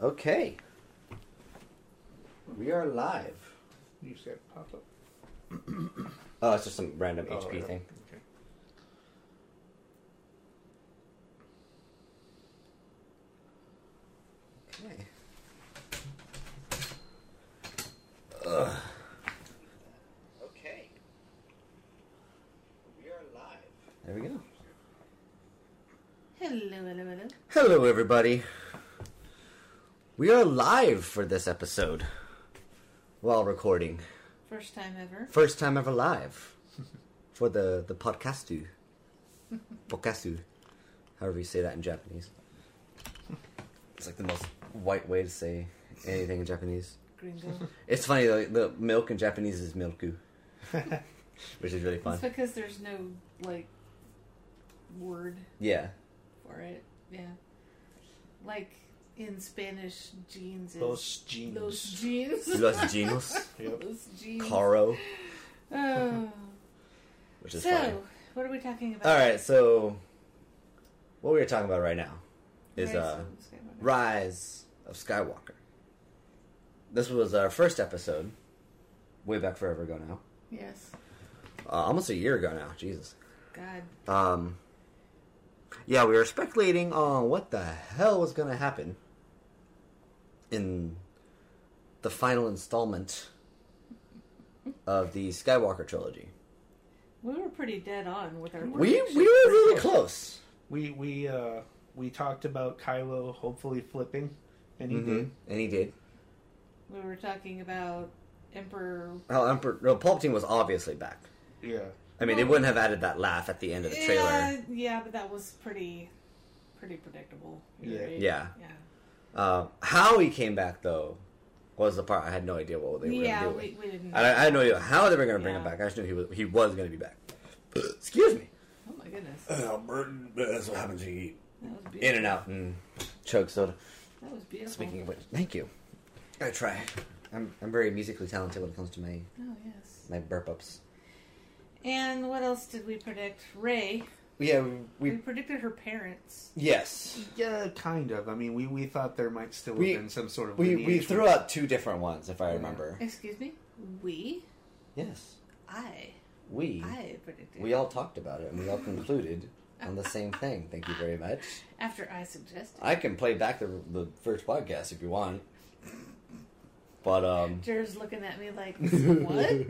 Okay. We are live. You said pop up. Oh, it's just some random Oh, HP yeah. thing. Okay. Okay. Okay. We are live. There we go. Hello, hello, hello. Hello, everybody. We are live for this episode while recording. First time ever. First time ever live for the the podcastu, podcastu, however you say that in Japanese. It's like the most white way to say anything in Japanese. Gringo. It's funny though. The milk in Japanese is milku, which is really fun. it's because there's no, like, word Yeah, for it. Yeah. Like, in Spanish, jeans is. Los jeans. Los jeans. los genos, Yep. Los jeans. caro, Oh. which is So, funny. what are we talking about? All right, so what we are talking about right now is uh, Rise of Skywalker. This was our first episode, way back forever ago now, Yes. uh, almost a year ago now. Jesus. God. Um, yeah, we were speculating on what the hell was going to happen in the final installment of the Skywalker trilogy. We were pretty dead on with our We words. we were really close. We we uh we talked about Kylo hopefully flipping, and he Mhm. did. And he did. We were talking about Emperor. Oh, Emperor, no, Palpatine was obviously back. Yeah. I mean, they wouldn't have added that laugh at the end of the trailer. Yeah, yeah, but that was pretty, pretty predictable. Yeah. right? Yeah. Yeah. Uh, how he came back, though, was the part I had no idea what they were yeah, going to do. we, with. we didn't. I, I had no idea how they were going to bring him Yeah. back. I just knew he was, he was going to be back. Excuse me. oh my goodness, that Uh, Burton, that's what happens when you eat was beautiful. in and out and chug soda. That was beautiful. Speaking of which, thank you. I try. I'm, I'm very musically talented when it comes to my, Oh yes. my burp ups. And what else did we predict? Ray. Yeah, We, we. predicted her parents. Yes. Yeah, kind of. I mean, we, we thought there might still We- have been some sort of We, we lineage threw out two different ones, if I remember. Excuse me. We. Yes. I. We. I predicted. We all talked about it and we all concluded on the same thing. Thank you very much. After I suggested. I can play back the, the first podcast if you want. But, um. Jer's looking at me like, what?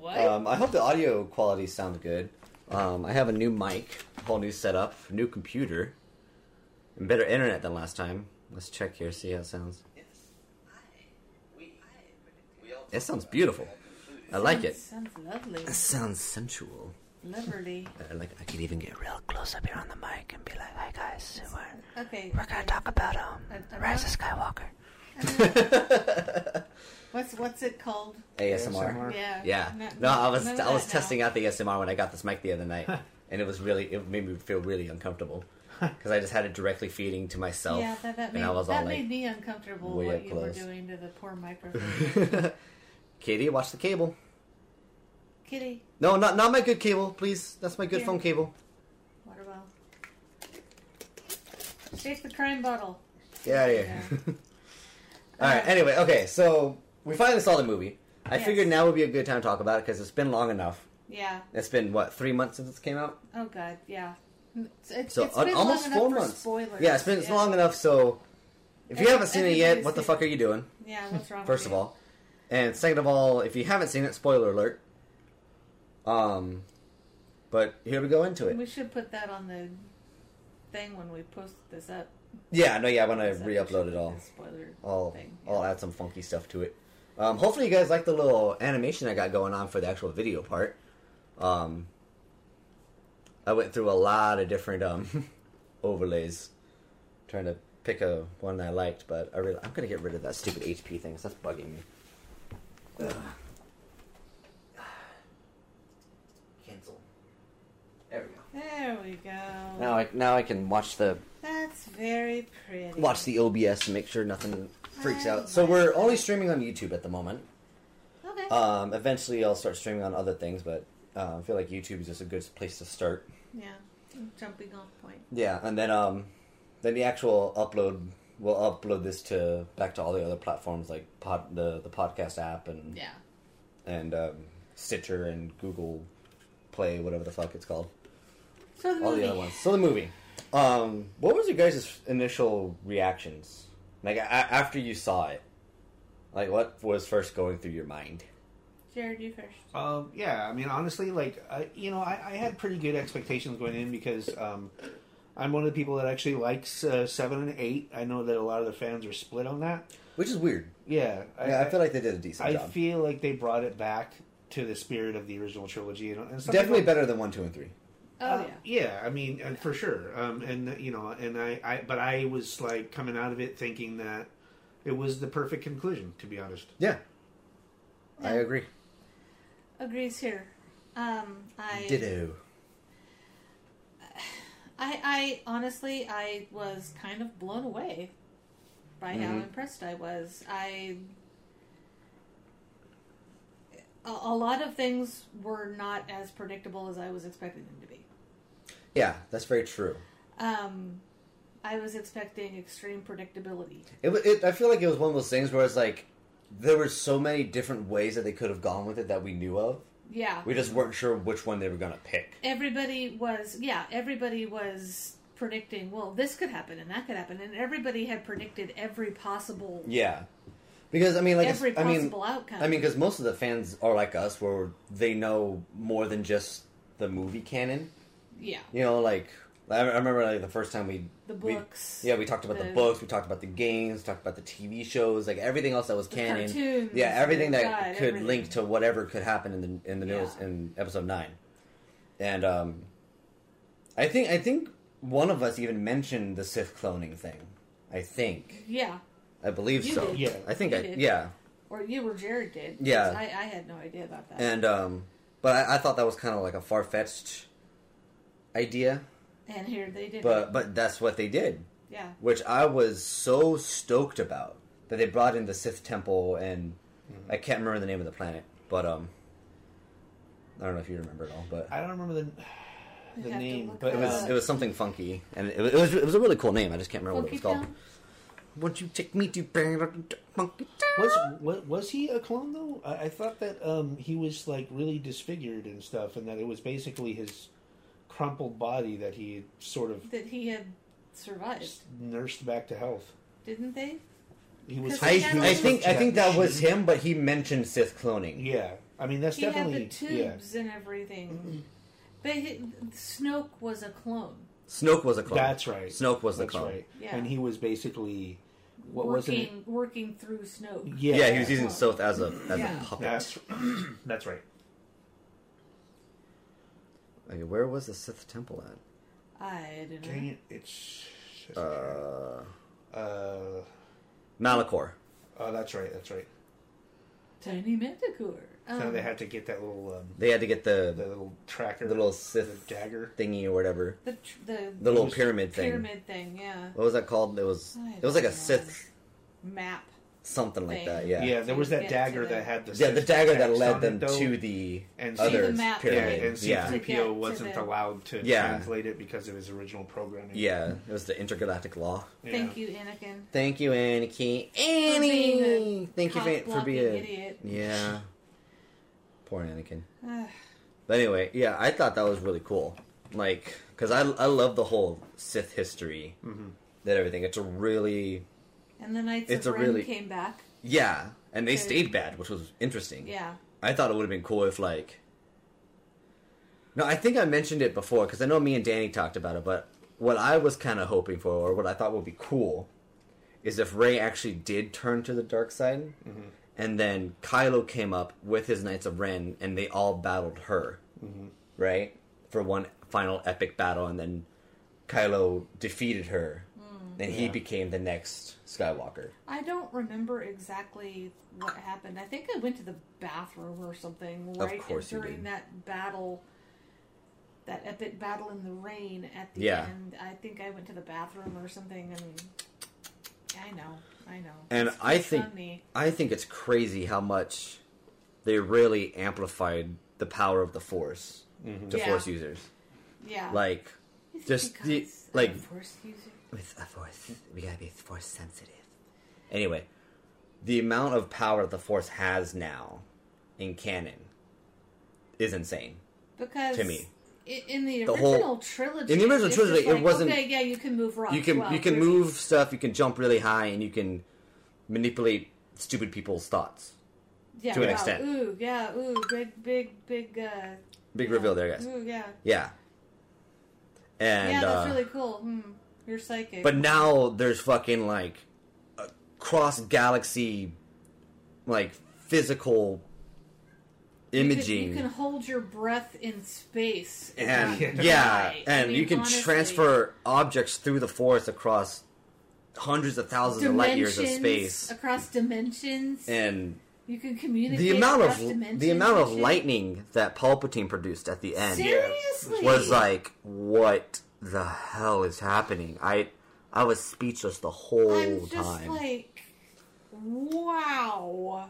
what? Um, I hope the audio quality sounds good. Um, I have a new mic, whole new setup, new computer, and better internet than last time. Let's check here, see how it sounds. It sounds beautiful. I like it. Sounds lovely. It sounds sensual. Lovely. I like. I can even get real close up here on the mic and be like, "Hi guys, we're, Okay. Uh, we're gonna talk about um I- I'm Rise not- of Skywalker." What's what's it called? ASMR. ASMR. Yeah. Yeah. Not- No, I was none of I was that now. testing out the ASMR when I got this mic the other night, and it was really it made me feel really uncomfortable because I just had it directly feeding to myself, Yeah, that, that, made, and I was that all made me uncomfortable way what up you close. were doing to the poor microphone. like, "Katie, watch the cable." Kitty, No, not not my good cable, please. That's my good Yeah. phone cable. water bottle. Shake the crime bottle. Get out of here. all right. Anyway, okay. So we finally saw the movie. I Yes. figured now would be a good time to talk about it because it's been long enough. Yeah. It's been what three months since it came out. Oh God. Yeah. It's, it's, So it's al- been almost long four enough months. For spoilers. Yeah, it's been it's long enough. So if you Every- haven't seen it yet, everybody's what the seen fuck are you doing? Yeah. What's wrong? First of with you? all, and second of all, if you haven't seen it, spoiler alert. Um, but here we go into it. we should put that on the thing when we post this up. Yeah, no, yeah, I'm gonna This up, re-upload it all. the Spoiler I'll thing. I'll add some funky stuff to it. Um, hopefully you guys like the little animation I got going on for the actual video part. Um, I went through a lot of different um overlays, trying to pick a one I liked, but I really I'm gonna get rid of that stupid HP thing. 'cause that's bugging me. Ugh. Cancel. There we go. There we go. Now I now I can watch the That's very pretty. watch the OBS and make sure nothing freaks out. So we're only streaming on YouTube at the moment. Okay. Um, eventually, I'll start streaming on other things, but uh, I feel like YouTube is just a good place to start. yeah. Jumping off point. Yeah, and then um, then the actual upload we'll upload this to back to all the other platforms like pod, the the podcast app and Yeah. and um, Stitcher and Google Play, whatever the fuck it's called. So the all movie. the other ones. So the movie. Um, what was your guys' initial reactions? Like a- after you saw it, like what was first going through your mind? Jared, you first. Um, yeah, I mean, honestly, like I, you know, I, I had pretty good expectations going in because um, I'm one of the people that actually likes uh, seven and eight. I know that a lot of the fans are split on that. Which is weird. Yeah, Yeah, I feel like they did a decent I job. feel like they brought it back to the spirit of the original trilogy, and, and some Definitely people- better than one, two, and three. Oh uh, yeah. yeah. I mean, and for sure. Um, and you know, and I, I, but I was like coming out of it thinking that it was the perfect conclusion. To be honest, Yeah, Yeah. I agree. Agrees here. Um, I Ditto. I, I honestly, I was kind of blown away by how Mhm. impressed I was. I a, a lot of things were not as predictable as I was expecting them to be. Yeah, that's very true. Um, I was expecting extreme predictability. It, wa- it I feel like it was one of those things where it's like there were so many different ways that they could have gone with it that we knew of. Yeah, We just weren't sure which one they were gonna pick. everybody was. Yeah, everybody was predicting. Well, this could happen and that could happen, and everybody had predicted every possible Yeah, because I mean, like every I mean, possible outcome. I mean, because most of the fans are like us, where they know more than just the movie canon. yeah, You know, like I I remember like the first time we the we- books. yeah, we talked about the, The- books, we talked about the games, talked about the TV shows, like everything else that was The canon. cartoons, yeah, everything that God, could everything. link to whatever could happen in the in the news Yeah. in episode nine. And um, I think I think one of us even mentioned the Sith cloning thing. I think Yeah, I believe You so. did. Yeah. I think You I did. yeah. or you or Jared did. 'cause Yeah. I, I had no idea about that. And um, but I, I thought that was kind of like a far fetched idea. And here they did. But but that's what they did. yeah, which I was so stoked about that they brought in the Sith Temple and Mm-hmm. I can't remember the name of the planet, but um, I don't know if you remember it all, but I don't remember the You'd the have to name, look but it that was uh, it was something funky and it was it was, it was a really cool name. I just can't remember Funky what it was called. Town? Won't you take me to Funky Town? Was, was was he a clone though? I, I thought that um, he was like really disfigured and stuff, and that it was basically his crumpled body that he sort of that he had survived, nursed back to health. didn't they? He was. I, he was I think I subjected. think that was him, but he mentioned Sith cloning. Yeah, I mean that's he had definitely the yeah. tubes and everything. But he, Snoke was a clone. Snoke was a clone. That's right. Snoke was the That's clone. right. Yeah. And he was basically what wasn't it? working, working through Snoke. Yeah, Yeah, he was using Clone. Sith as a as Yeah. a puppet. That's that's right. Okay, where was the Sith temple at? I don't Dang know. it! It's uh, Uh, uh, Malachor. oh, that's right. That's right. Tiny Manticore. Um, so they had to get that little um, They had to get the, the little tracker, the little the Sith dagger. thingy or whatever. the tr- the, The little Those pyramid thing. pyramid thing. Yeah, What was that called? It was I it was like a don't know. Sith map. something like Thing. that. Yeah. Yeah, there was So you that get to dagger the- that had the Yeah, the Sith dagger that text led on it, them though. to the and To other the map yeah, pyramid. thing. and Yeah, C-3PO To get to wasn't the- allowed to Yeah. translate it because of his original programming. yeah, it was the intergalactic law. Yeah. Thank you, Anakin. Thank you, Annie. For being Annie, a thank you for, for cock-blocking being idiot. yeah. Poor Anakin. Ugh. But anyway, yeah, I thought that was really cool. Like, because I, I love the whole Sith history Mm-hmm. that everything. It's a really And the Knights It's a of Ren really- came back. yeah, and they Okay. stayed bad, which was interesting. Yeah. I thought it would have been cool if like. No, I think I mentioned it before because I know me and Danny talked about it. But what I was kind of hoping for, or what I thought would be cool, is if Ray actually did turn to the dark side, and then Kylo came up with his Knights of Ren, and they all battled her, right, for one final epic battle, and then Kylo defeated her, and he Yeah. became the next Skywalker. I don't remember exactly what happened. I think I went to the bathroom or something right course you during did. that battle, that epic battle in the rain at the Yeah. end. I think I went to the bathroom or something, and I know, I know. And It's I just think- on me. I think it's crazy how much they really amplified the power of the Force to Yeah. Force users. yeah, Like, It's just the- because I'm like- a force user. With a force, we gotta be force sensitive. Anyway, the amount of power that the force has now in canon is insane. because To me. i- in the The original whole- trilogy, in the original it's just trilogy, it like, wasn't- Okay, yeah, you can move rocks. You can Well, you can here's- move stuff, you can jump really high, and you can manipulate stupid people's thoughts. yeah, to an wow, extent. Ooh, yeah, ooh, big, big, big. Uh, Big reveal there, guys. Ooh, yeah, Yeah. And yeah, that's uh, really cool. Hmm, you're psychic. But now there's fucking like a cross galaxy, like physical You can- imaging, You can hold your breath in space. and Yeah. yeah, Right. I and mean, you can honestly. transfer objects through the forest across hundreds of thousands of light years of Dimensions, space, across dimensions. and you can communicate. the amount across of dimensions the amount of and shit. lightning that Palpatine produced at the end Seriously, was uh, like, what the hell is happening? I I was speechless the whole I'm just time. like, wow.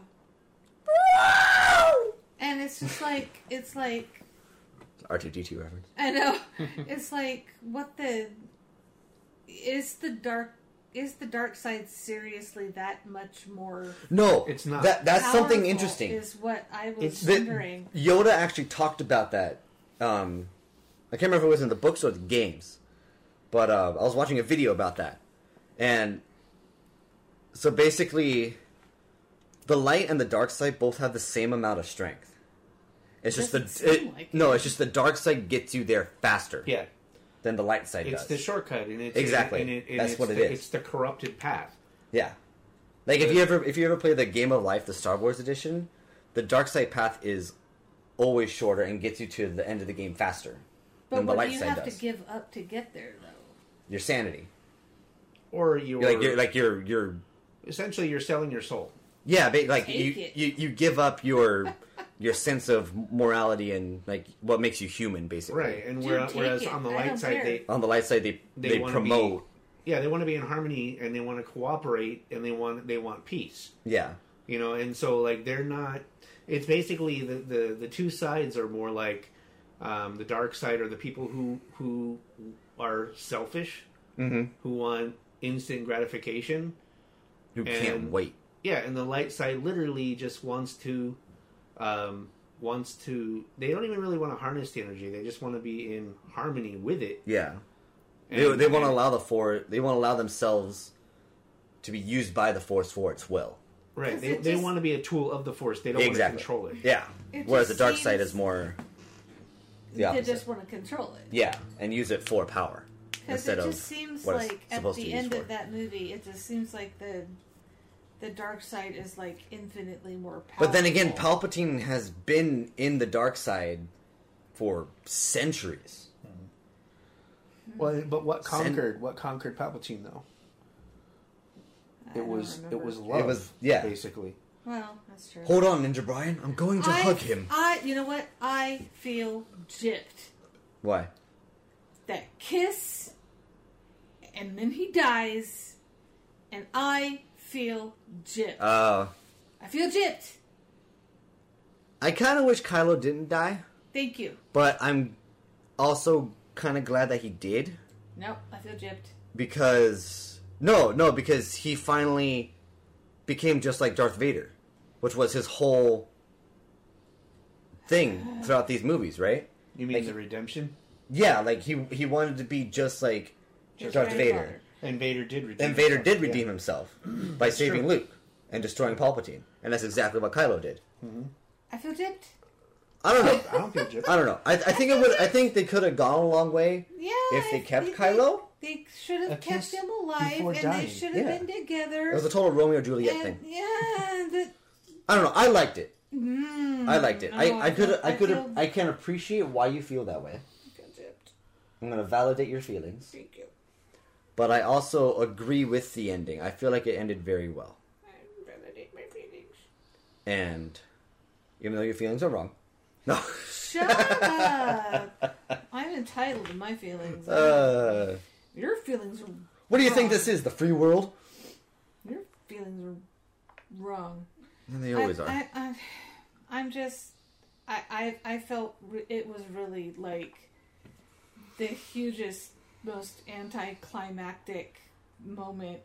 And it's just like it's like R2D2 reference. I know it's like what the is the dark is the dark side seriously that much more No, It's not. That, that's something powerful interesting. is what I was It's- That- wondering. Yoda actually talked about that. Um, I can't remember if it was in the books or the games, but uh, I was watching a video about that, and so basically, the light and the dark side both have the same amount of strength. It's just Doesn't the seem it- like no. it. It's just the dark side gets you there faster Yeah, than the light side it's does. the shortcut, and it's Exactly. And it, and That's it's what it the, is. It's the corrupted path. Yeah. Like if you ever if you ever play the Game of Life, the Star Wars edition, the dark side path is always shorter and gets you to the end of the game faster But than the what do light you side have does. to give up to get there though? Your sanity. Or you're, You're like you're like you're you're essentially you're selling your soul. yeah, ba- like Take you, it. you you give up your your sense of morality and like what makes you human basically. Right, and Dude, whereas, take whereas it. on the I light don't side, care. they On the light side they they, wanna promote Be, yeah, they want to be in harmony and they want to cooperate and they want they want peace. yeah. You know, and so like they're not. It's basically the the, the two sides are more like um, the dark side are the people who who are selfish, Mm-hmm. who want instant gratification. Who can't And- wait. Yeah, and the light side literally just wants to um, wants to. They don't even really want to harness the energy. They just want to be in harmony with it. Yeah. they And- they want to allow the for they want to allow themselves to be used by the force for its will. Right. 'Cause They, it they just- want to be a tool of the force. They don't Exactly. want to control it. Yeah. It Whereas the just dark side seems- is more the they opposite. just want to control it. Yeah, and use it for power Because instead it of just seems what it's like at supposed to the be end used of for. that movie, it just seems like the the dark side is like infinitely more powerful. But then again, Palpatine has been in the dark side for centuries. Mm-hmm. Well, but what Send- conquered? What conquered Palpatine though? I It don't was it remember. was love. It was- yeah. basically. well, that's true. Hold on, Ninja Brian. I'm going to I, hug him. I, you know what? I feel gypped. Why? That kiss, and then he dies, and I feel gypped. Uh, I feel gypped. I kind of wish Kylo didn't die, Thank you. but I'm also kind of glad that he did No, I feel gypped. because no, no, because he finally became just like Darth Vader, which was his whole thing throughout these movies, right? You mean the redemption? Yeah, like he he wanted to be just like His Darth Vader. grandfather. And Vader did redeem. And Vader himself, did yeah. redeem himself by saving true. Luke and destroying Palpatine, and that's exactly what Kylo did. I feel gypped. I don't know. I don't feel gypped. I don't know. I, I think it would. I think they could have gone a long way. Yeah. If they kept Kylo? they, should A have kept kiss him alive, before and dying. they should have Yeah. been together. It was a total Romeo and Juliet and, thing. yeah, that, I don't know. I liked it. I liked it. no, I I Mm. Oh, I could feel- I I could feel- I can appreciate why you feel that way. I feel gypped. I'm gonna validate your feelings, Thank you. but I also agree with the ending. I feel like it ended very well, I validate my feelings. and even though your feelings are wrong, no. Shut up! I'm entitled to my feelings. Uh, your feelings are what do you think this is? The free world? your feelings are wrong. And they always I, are. I, I, I'm just. I, I I felt re- it was really like the hugest most anticlimactic moment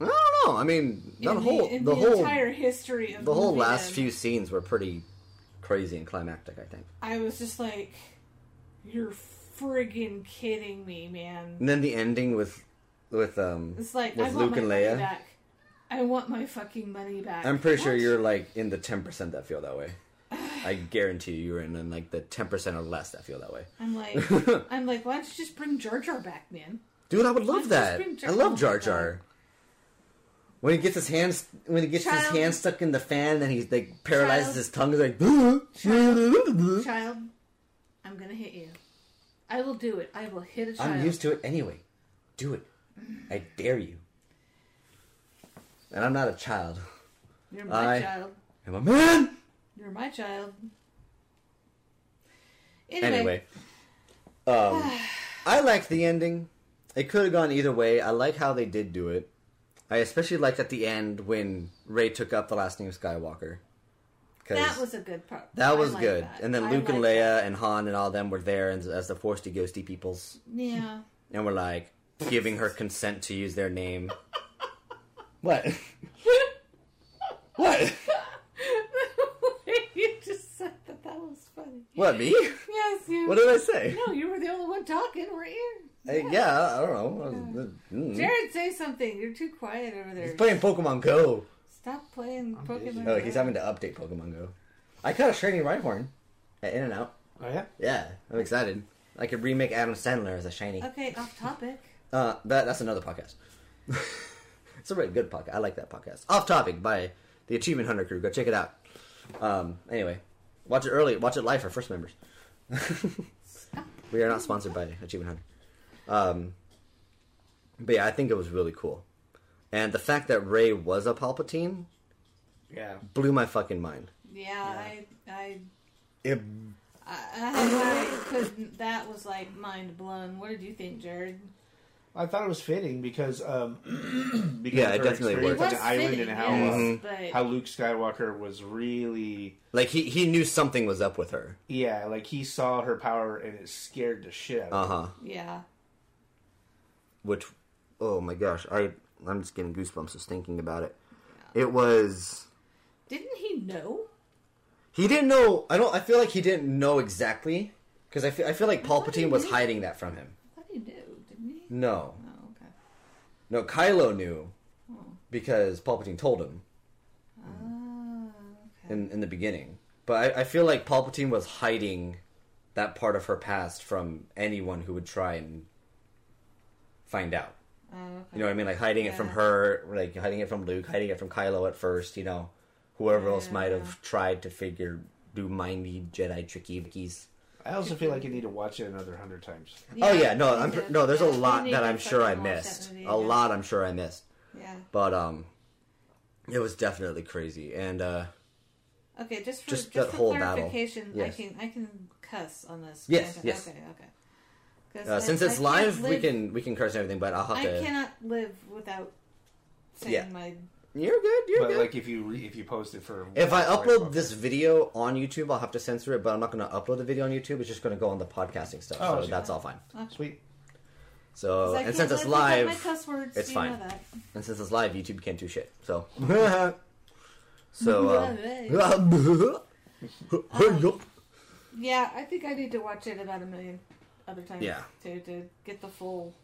I don't know. I mean, the in the, whole in the, whole entire history of the whole movie last then. few scenes were pretty crazy and climactic. I think. I was just like, "You're friggin' kidding me, man!" And then the ending with with um It's like with I want Luke my and money Leia. back. I want my fucking money back. I'm pretty sure What? you're like in the ten percent that feel that way. I guarantee you, you're in, in like the ten percent or less that feel that way. I'm like, I'm like, why don't you just bring Jar Jar back, man? Dude, I would love Let's just that. bring Jar- I oh my love Jar God. Jar. When he gets his hands, when he gets his Child- hand stuck in the fan, and he like paralyzes Child- his tongue, he's like. Child, I'm gonna hit you. I will do it. I will hit a child. I'm used to it anyway. Do it. I dare you. And I'm not a child. You're my I- child. I'm a man. You're my child. Anyway, Anyway, um, I liked the ending. It could have gone either way. I like how they did do it. I especially liked at the end when Ray took up the last name Skywalker. 'Cause- that was a good part. I That was like good. that. And then I Luke and like Leia that. and Han and all them were there as, as the Force Ghosty peoples. Yeah. And were like giving her consent to use their name. what? what? The way you just said that that was funny. What, me? Yes, you. What did I say? no, you were the only one talking. We're here. I- yeah, I don't know. I was- mm. Jared, say something. You're too quiet over there. He's playing Pokemon Go. Stop playing I'm Pokemon. busy. Oh, he's having to update Pokemon Go. I caught a shiny Rhyhorn at In and Out. Oh yeah. Yeah, I'm excited. I could remake Adam Sandler as a shiny. Okay, off topic. Uh, that, that's another podcast. it's a really good podcast. I like that podcast. Off topic by the Achievement Hunter crew. Go check it out. Um, anyway, watch it early. Watch it live for first members. we are not sponsored by Achievement Hunter. Um, but yeah, I think it was really cool, and the fact that Ray was a Palpatine Yeah. blew my fucking mind. Yeah, I, I, It, I, I, I couldn't. That was like mind blown. What did you think, Jared? I thought it was fitting because um because Yeah, it of her definitely experience worked. on the island and how yes, uh, Mm-hmm. but how Luke Skywalker was really like he he knew something was up with her. yeah like he saw her power and it scared the shit out Uh of him. huh. yeah, which oh my gosh i i'm just getting goosebumps just thinking about it it was didn't he know? he didn't know i don't i feel like he didn't know exactly because I feel, I feel like thought he palpatine was knew. hiding that from him I thought he knew, didn't he? no Oh, okay. no kylo knew Oh. because palpatine told him Oh, okay. in, in the beginning but I, I feel like palpatine was hiding that part of her past from anyone who would try and find out Oh, okay. You know what I mean? Like hiding it from Yeah. her, like hiding it from Luke, hiding it from Kylo at first, you know. Whoever else might Yeah. have tried to figure do mindy Jedi tricky vickies. I also feel like I need to watch it another hundred times. oh yeah, no, I'm yeah. no, there's a Yeah, we lot need that to I'm sure I fucking watch that missed. movie A again. lot I'm sure I missed. Yeah. But um it was definitely crazy and uh Okay, just for Just just, that for whole battle. clarification, Yes. I can I can cuss on this. Yes, Okay, yes. Okay, okay. 'Cause uh, I- since I it's can't live, we live- can we can curse and everything, but I'll have I to. cannot live without saying Yeah. my. You're good. You're But good. like if you re- if you post it for if I for- upload this video on YouTube, I'll have to censor it, but I'm not going to upload the video on YouTube. It's just going to go on the podcasting stuff, Oh, so okay. that's all fine. sweet So 'cause I and can't since it's live without live, my cuss words, it's you fine. Know that. And since it's live, YouTube can't do shit. So, so uh, Yeah, I think I need to watch it about a million other times. Yeah. To to get the full.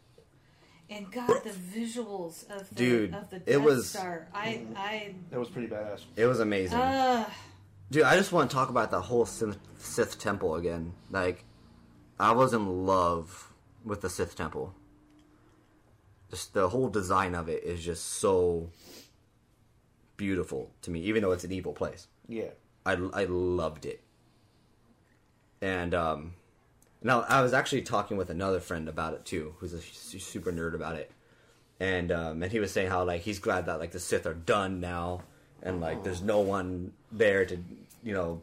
And God, the visuals of the Dude, of the it Death was- Star. I I that was pretty badass. it was amazing, uh, dude. I just want to talk about that whole Sith, Sith temple again. Like, I was in love with the Sith temple. Just the whole design of it is just so beautiful to me, even though it's an evil place. Yeah, I, I loved it. And um, now I was actually talking with another friend about it too, who's a su- super nerd about it, and um, and he was saying how like he's glad that like the Sith are done now, and like there's no one there to you know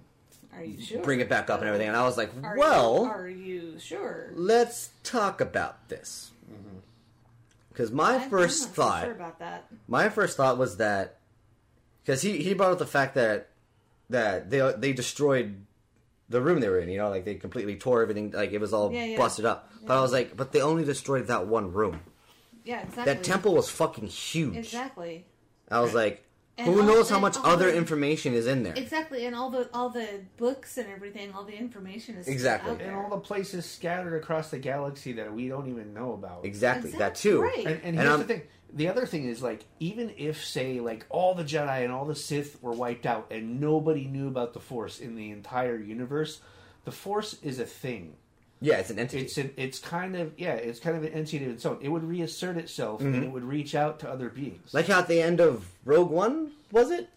are you sure? bring it back up and everything. And I was like, Are well, you, are you sure? let's talk about this. Mm-hmm. Because my I'm first not so thought sure about that. my first thought was that because he, he brought up the fact that that they they destroyed the room they were in. You know, like they completely tore everything. Like it was all Yeah, yeah. busted up. But I was like, but they only destroyed that one room. Yeah, exactly. That temple was fucking huge. Exactly. I was like, And who all- knows how and much all other the- information is in there? Exactly, and all the all the books and everything, all the information is Exactly. out there. and all the places scattered across the galaxy that we don't even know about. Exactly, that Exact- too. right. And, and And here's I'm- the thing. The other thing is like, even if say like all the Jedi and all the Sith were wiped out and nobody knew about the Force in the entire universe, the Force is a thing. Yeah, it's an entity. It's an, it's kind of yeah, it's kind of an entity of its own. It would reassert itself and it would reach out to other beings. Mm-hmm. like how at the end of Rogue One was it?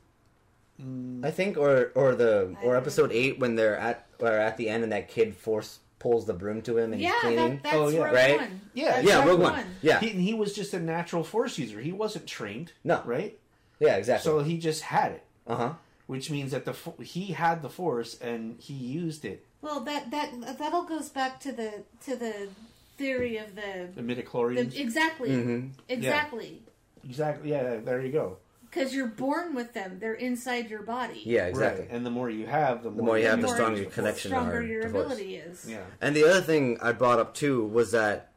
Mm. I think, or or the I or don't Episode Eight when they're at or at the end and that kid force pulls the broom to him and Yeah, he's cleaning. that, that's Oh, yeah. Rogue Right? One. Yeah, That's yeah, Rogue One. Yeah, He, and he was just a natural Force user. He wasn't trained. No. right? yeah, exactly. So he just had it, uh huh. which means that the fo- he had the Force and he used it. Well, that that that all goes back to the to the theory of the, The the midichlorians. exactly Mm-hmm. exactly Exactly. Yeah, there you go. because you're born with them; they're inside your body. Yeah, exactly. Right. And the more you have, the more, more you have, the The more- stronger your connection stronger or your divorce. ability is. Yeah. And the other thing I brought up too was that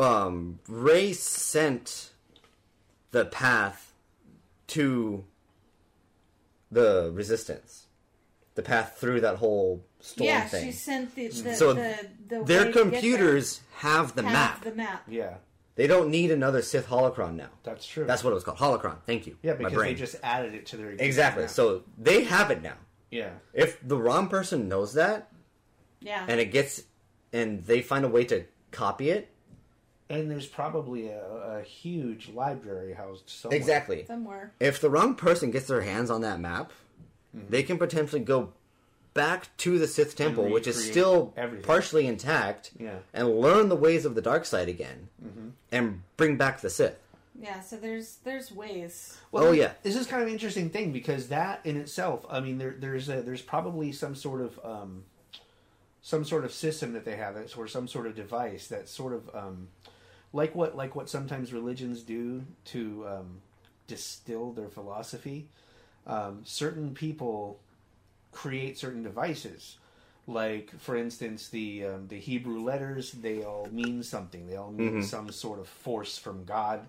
um, Ray sent the path to the resistance, the path through that whole storm Yeah, thing. she sent the, the So the, the Their way to get computers have the there. map. Have the map. Yeah. They don't need another Sith holocron now. That's true. That's what it was called, holocron. Thank you. Yeah, My because brain. they just added it to their existing exactly. map. So they have it now. yeah. If the wrong person knows that Yeah, and it gets and they find a way to copy it, Oh, And there's probably a, a huge library housed somewhere. Exactly. somewhere. If the wrong person gets their hands on that map, Mm-hmm. they can potentially go back to the Sith Temple, which is recreate still everything. partially intact, Yeah. Mm-hmm. and learn the ways of the dark side again, and bring back the Sith. Yeah, so there's there's ways. Oh, yeah. this is kind of an interesting thing because that in itself, I mean, there, there's a, there's probably some sort of um, some sort of system that they have, that's- or some sort of device that's sort of um, like what like what sometimes religions do to um, distill their philosophy. Um, certain people create certain devices. Like for instance, the um, the Hebrew letters they all mean something. They all mean Mm-hmm. some sort of force from God.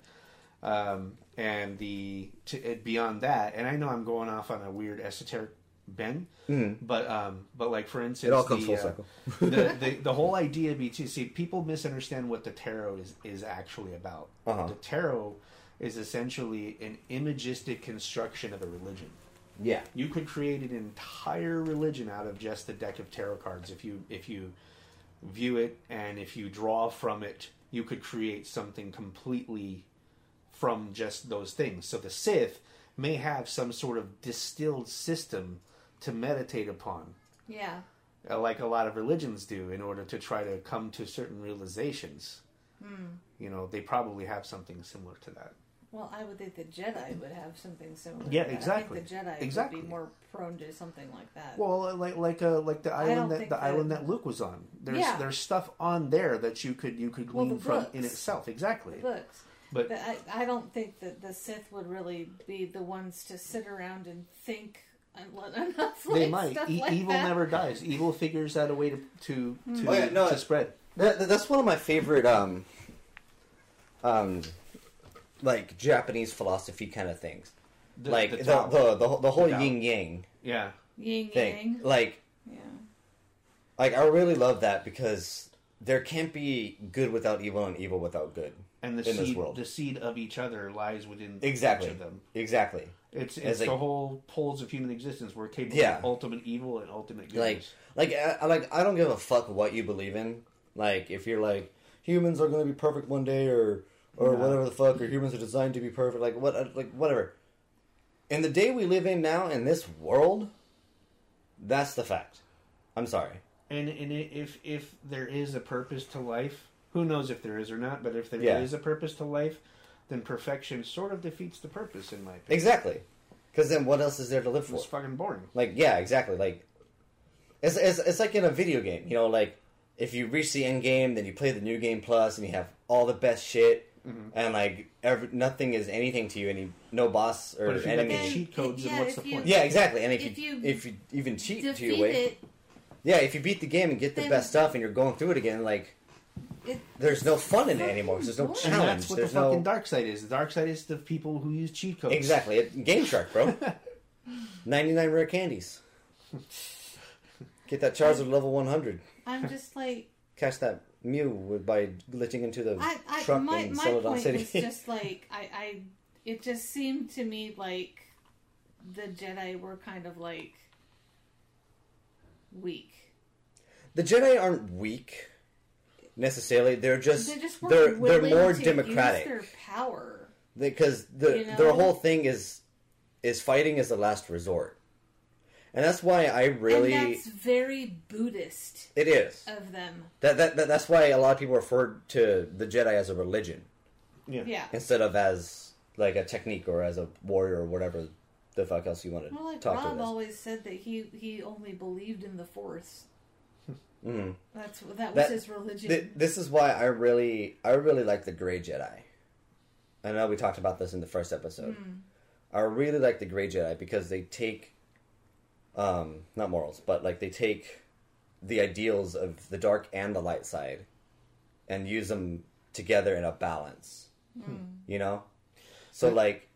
Um, and the to, it, beyond that, and I know I'm going off on a weird esoteric bend, but um, but like for Mm-hmm. instance, It all comes full the, uh, circle. the, the the whole idea be to see people misunderstand what the tarot is is actually about. Uh-huh. The tarot is essentially an imagistic construction of a religion Yeah. you could create an entire religion out of just the deck of tarot cards if you if you view it and if you draw from it you could create something completely from just those things so the sith may have some sort of distilled system to meditate upon Yeah, uh, like a lot of religions do in order to try to come to certain realizations you know they probably have something similar to that well, I would think the Jedi would have something similar. to Yeah, that. exactly. I think the Jedi Exactly. would be more prone to something like that. Well, like like uh, like the don't island that the think that- island that Luke was on. There's Yeah. there's stuff on there that you could you could Well, glean the from in books. itself. Exactly. books. But- I, I don't think that the Sith would really be the ones to sit around and think un- enough. Like, They might. Stuff E- like evil that. Mm. never dies. Evil figures out a way to to to, Oh, yeah, no, to it- spread. That, that- that's one of my favorite, um, um, like Japanese philosophy kind of things, The- like the the the Tao. the, whole- the whole Tao. yin yang Yeah. Yin thing. yang. Like, Yeah. like I really love that because there can't be good without evil and evil without good. And the in this seed world. the seed of each other lies within Exactly. each of them. Exactly. It's As it's the like- whole poles of human existence. We're capable Yeah. of ultimate evil and ultimate goodness. Like, like, I, I- like, I don't give a fuck what you believe in. Like, if you're like humans are going to be perfect one day, or or No. whatever the fuck, or humans are designed to be perfect, like what, like whatever. In the day we live in now, in this world, that's the fact. I'm sorry. And and i- if if there is a purpose to life, who knows if there is or not? But if there is Yeah. a purpose to life, then perfection sort of defeats the purpose, in my opinion. Exactly. Because then, what else is there to live for? It's fucking boring. Like, yeah, exactly. Like, it's, it's, it's like in a video game, you know, like, if you reach the end game, then you play the new game plus and you have all the best shit, Mm-hmm. and like every, nothing is anything to you, and you, no boss or But if you got enemy. the Then, cheat codes, yeah, then what's if the you- point? yeah, exactly. And if, If you, you if you even cheat to your defeat way, it. yeah, if you beat the game and get the Then- best stuff, and you're going through it again, like it there's no fun in it anymore. 'cause There's no And challenge. And that's what there's the no fucking dark side is. The dark side is the people who use cheat codes. Exactly. It, Game Shark, bro. 99 rare candies. Get that Charizard level 100. I'm just like Catch that Mew with, by glitching into the I, I truck my in my Celadon point City. was just like I, I it just seemed to me like the Jedi were kind of like weak. the Jedi aren't weak necessarily. They're just They just weren't they're they're willing more to Use democratic their power. because the you know? their whole thing is is fighting is the last resort, and that's why I really And that's very Buddhist it is of them. that, that that that's why a lot of people refer to the Jedi as a religion. Yeah. Yeah. instead of as like a technique or as a warrior or whatever the fuck else you want to Well, like talk Rob to. Us. always said that he he only believed in the Force. Mhm. That's that was That- his religion. Th- this is why I really, I really like the Gray Jedi. I know we talked about this in the first episode. I really like the Gray Jedi because they take, um, not morals, but like they take the ideals of the dark and the light side, and use them together in a balance. You know, so like,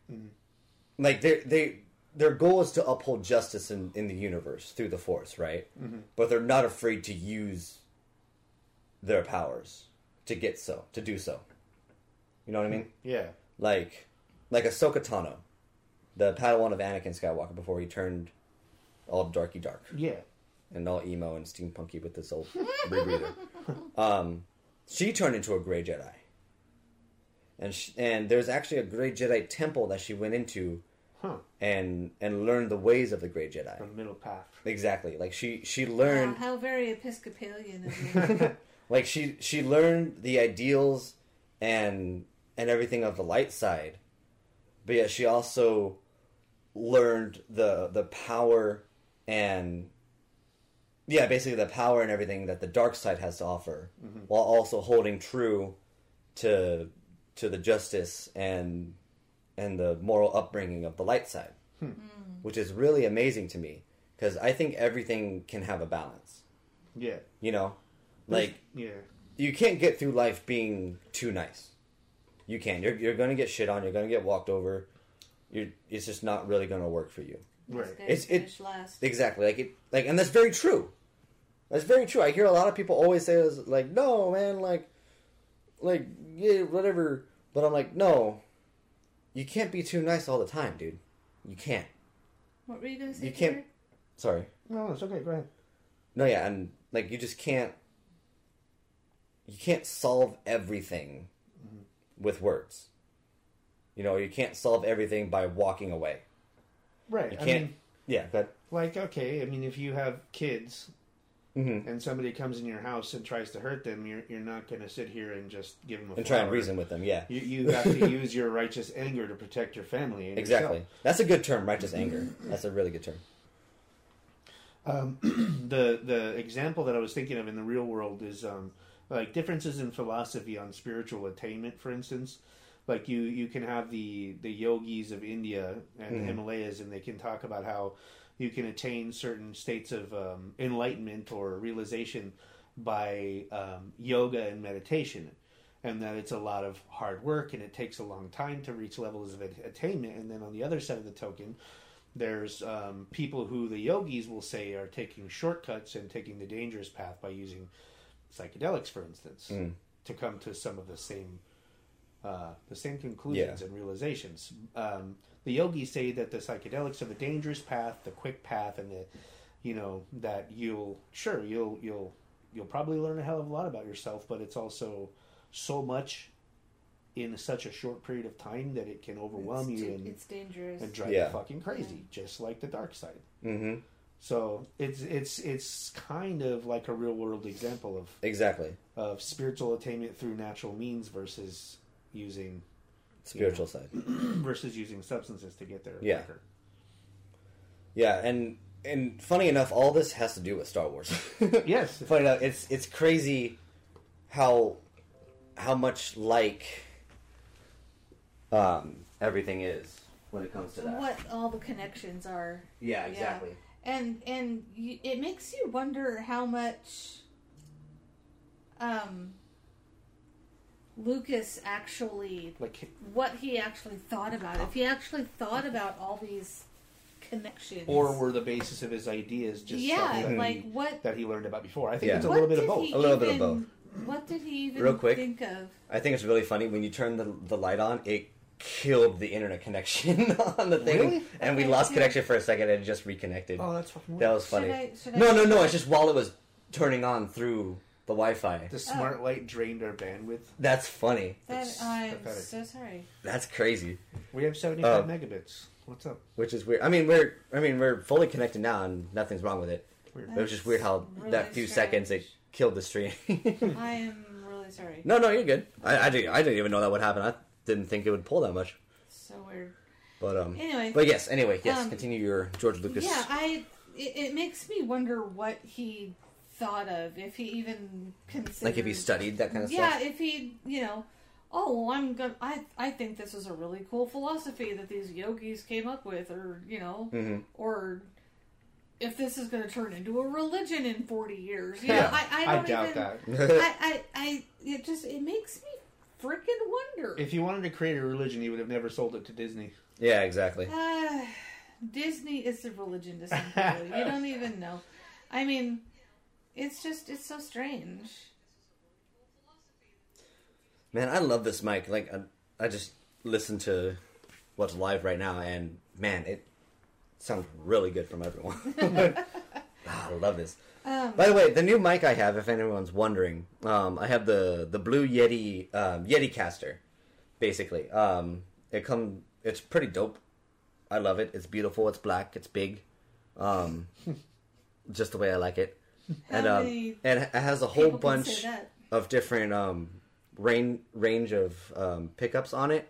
like they they their goal is to uphold justice in, in the universe through the force, right? But they're not afraid to use their powers to get so to do so. You know what I mean? Yeah. Like, like Ahsoka Tano, the Padawan of Anakin Skywalker before he turned all darky dark Yeah. and all emo and steampunky with this old rebreather. Um, she turned into a gray Jedi, and sh and there's actually a gray Jedi temple that she went into Huh. and and learned the ways of the gray Jedi. The middle path. Exactly, like she she Wow, learned how very Episcopalian of you. like she she learned the ideals and and everything of the light side but yet she also learned the the power and yeah basically the power and everything that the dark side has to offer while also holding true to to the justice and and the moral upbringing of the light side which is really amazing to me because i think everything can have a balance Yeah. you know like Yeah. you can't get through life being too nice. You can. You're you're gonna get shit on. You're gonna get walked over. You're, it's just not really gonna work for you. Right. It's- it- Finish last. Exactly. Like it. Like and that's very true. That's very true. I hear a lot of people always say this, like, "No, man, like, like, yeah, whatever." But I'm like, no, you can't be too nice all the time, dude. You can't. What were you going to say? You can't- Peter? Sorry. No, it's okay. Go ahead. No, yeah, and like you just can't you can't solve everything with words. You know, you can't solve everything by walking away. Right. You I can't. mean, yeah, but like, okay. I mean, if you have kids Mhm. and somebody comes in your house and tries to hurt them, you're you're not going to sit here and just give them a and try and flower. reason with them. Yeah, You, you have to use your righteous anger to protect your family. And exactly. yourself. That's a good term, righteous anger. That's a really good term. Um, the the example that I was thinking of in the real world is um, like differences in philosophy on spiritual attainment, for instance. Like you, you can have the the yogis of India and the Himalayas, and they can talk about how you can attain certain states of um, enlightenment or realization by um, yoga and meditation, and that it's a lot of hard work and it takes a long time to reach levels of at- attainment. And then on the other side of the token, there's um, people who the yogis will say are taking shortcuts and taking the dangerous path by using psychedelics, for instance, to come to some of the same uh, the same conclusions Yeah. and realizations. Um, the yogis say that the psychedelics are the dangerous path, the quick path, and the you know that you'll sure you'll you'll you'll probably learn a hell of a lot about yourself, but it's also so much in such a short period of time that it can overwhelm it's, you too- and it's dangerous. and drive Yeah. you fucking crazy, just like the dark side. hmm So it's it's it's kind of like a real world example of Exactly. of spiritual attainment through natural means versus using Spiritual side. versus using substances to get there. Yeah. quicker. Yeah, and and funny enough, all this has to do with Star Wars. Yes. funny enough, it's it's crazy how how much like um, everything is when it comes to that. what all the connections are. Yeah, Yeah. exactly. and and you, it makes you wonder how much um Lucas actually Like what he actually thought about if he actually thought about all these connections or were the basis of his ideas just yeah something that like he, what that he learned about before? I think Yeah. it's a what little bit did of both. he A little bit of even- what did he even Real quick. think of I think it's really funny when you turn the the light on, it killed the internet connection on the thing, Really? and we Okay, lost yeah. connection for a second and it just reconnected. Oh, that's fucking that weird. was funny. Should I- should I- no, no, no. It's just while it was turning on through the Wi-Fi. The Oh. smart light drained our bandwidth. That's funny. that It's I'm pathetic. so sorry That's crazy. We have 75 Oh. megabits. What's up? Which is weird. I mean, we're I mean we're fully connected now, and nothing's wrong with it. Weird. it was just weird how That's really that few strange. seconds it killed the stream. I am really sorry no, no, you're good. I, I didn't I didn't even know that would happen. I didn't think it would pull that much. so weird But um. Anyway. But yes. Anyway, yes. Um, continue your George Lucas. Yeah, I. It, it makes me wonder what he thought of, if he even considered. like if he studied that kind of Yeah, stuff. if he, you know, oh, well, I'm gonna. I I think this is a really cool philosophy that these yogis came up with, or you know, Mm-hmm. or if this is going to turn into a religion in forty years. You know, Yeah, I, I I, don't doubt even, that. I, I I it just it makes me freaking wonder. If you wanted to create a religion, you would have never sold it to Disney. yeah, exactly. Uh, Disney is a religion to some people. you don't even know. I mean, it's just it's so strange. Man, I love this mic. Like, I, I just listened to what's live right now, and man, it sounds really good from everyone. Ah, I love this. Um, By the way, the new mic I have, if anyone's wondering, um, I have the the Blue Yeti um, Yeti Caster. Basically, um, it come. It's pretty dope. I love it. It's beautiful. It's black. It's big. Um, just the way I like it. and How um, many and it has a whole people can say bunch that? of different um, rain, range of um, pickups on it,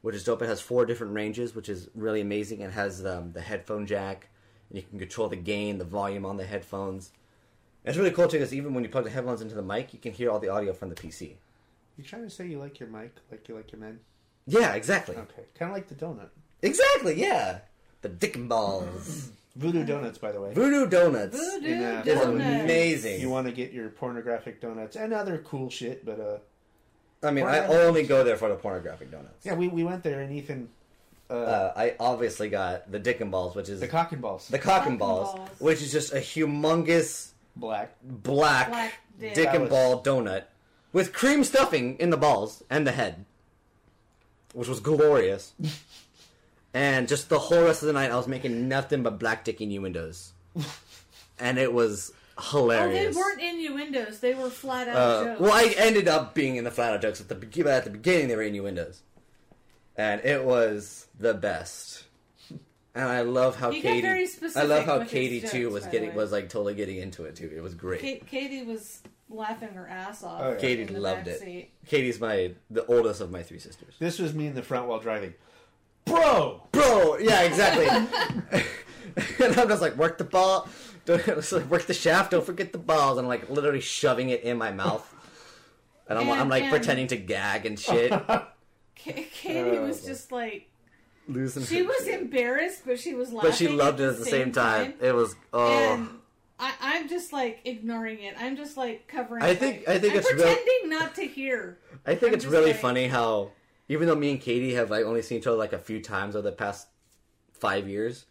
which is dope. It has four different ranges, which is really amazing. It has um, the headphone jack, and you can control the gain, the volume on the headphones. And it's really cool too, because even when you plug the headphones into the mic, you can hear all the audio from the PC. You trying to say you like your mic, like you like your men? Yeah, exactly, Okay, kind of like the donut. exactly, yeah. The dick and balls, Voodoo donuts, by the way. voodoo donuts. Voodoo in a- Is Voodoo. donut. amazing. You want to get your pornographic donuts and other cool shit, but uh, I mean, I only go there for the pornographic donuts. yeah, we, we went there and Ethan, uh, Uh, I obviously got the dick and balls, which is the cock and balls, the cock and Cock and balls, balls. which is just a humongous black. black, Black dick, dick. and That was- ball donut with cream stuffing in the balls and the head, which was glorious. and just the whole rest of the night, I was making nothing but black dick innuendos, and it was Oh, they hilarious. weren't innuendos; they were flat out Uh, jokes. well, I ended up being in the flat out jokes at the be- at the beginning. They were innuendos, and it was the best. And I love how You got Katie. very I love specific how with its Katie too jokes, was by the getting way. was like totally getting into it too. It was great. Ka- Katie was laughing her ass off. Oh, yeah. Katie in the loved back it. seat. Katie's my the oldest of my three sisters. This was me in the front while driving. Bro, Bro, yeah, exactly. and I'm just like, work the ball, don't, it's like, work the shaft. Don't forget the balls. And I'm like literally shoving it in my mouth, and I'm, I'm And- like and- pretending to gag and shit. Ka- Katie Oh, was boy. just like Losing. she her was shit. embarrassed, but she was laughing. but she loved it at the same time. It was oh. and I, I'm just like ignoring it. I'm just like covering. I think- my- I think I'm it's real- pretending not to hear. I think I'm it's just really like- funny how even though me and Katie have like only seen each other like a few times over the past five years,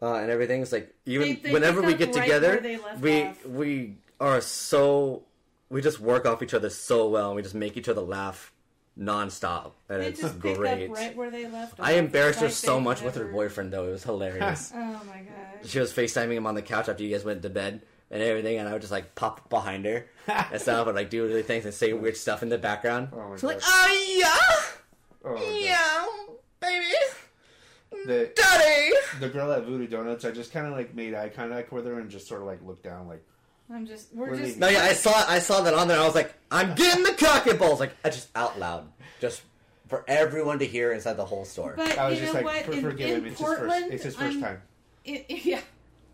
uh, and everything, it's like even They- they whenever pick we up get right together, where they left we off. we are so we just work off each other so well, and we just make each other laugh nonstop, and They it's just picked great. up right where they left. I off. embarrassed her Like so they much with her never- boyfriend though; it was hilarious. Oh my god! she was FaceTiming him on the couch after you guys went to bed and everything, and I would just like pop behind her and stuff and like do really things and say weird stuff in the background. Oh my She's like, God. oh oh, yeah, the- yeah, baby, the daddy. the girl at Voodoo Donuts, I just kind of like made eye contact with her and just sort of like looked down, like I'm just. We're, We're just. leaving. No, yeah, I saw I saw that on there. I was like, I'm getting the cock and balls, like I just out loud, just for everyone to hear inside the whole store. But I was you just know like, what? for, in, forgive in him. It's his Portland, first. It's his 1st I'm- time. it- it- yeah,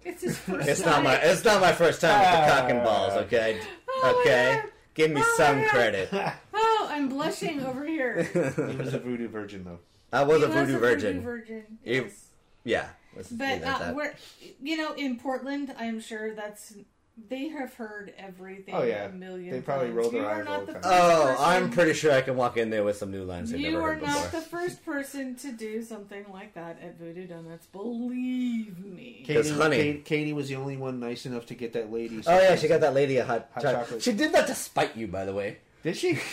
it's his first. it's not time. my it's not my first time with the cock and balls. Ah. Okay, Oh my okay, God. give me Oh my some God. credit. Oh, I I'm blushing over here. He was a voodoo virgin, though. I was He a voodoo virgin. virgin. You- Yes. yeah. let's leave But it at uh, that. where you know in Portland, I'm sure that's they have heard everything. Oh, yeah. a million. They probably times. roll their you eyes are all not the the time. first Oh, person- I'm pretty sure I can walk in there with some new lines I've You never are heard not the before. first person to do something like that at Voodoo Donuts. Believe me. It's honey. Katie, Katie was the only one nice enough to get that lady. Oh yeah, she got that lady a hot, Hot chocolate. chocolate. She did that to spite you, by the way. Did she?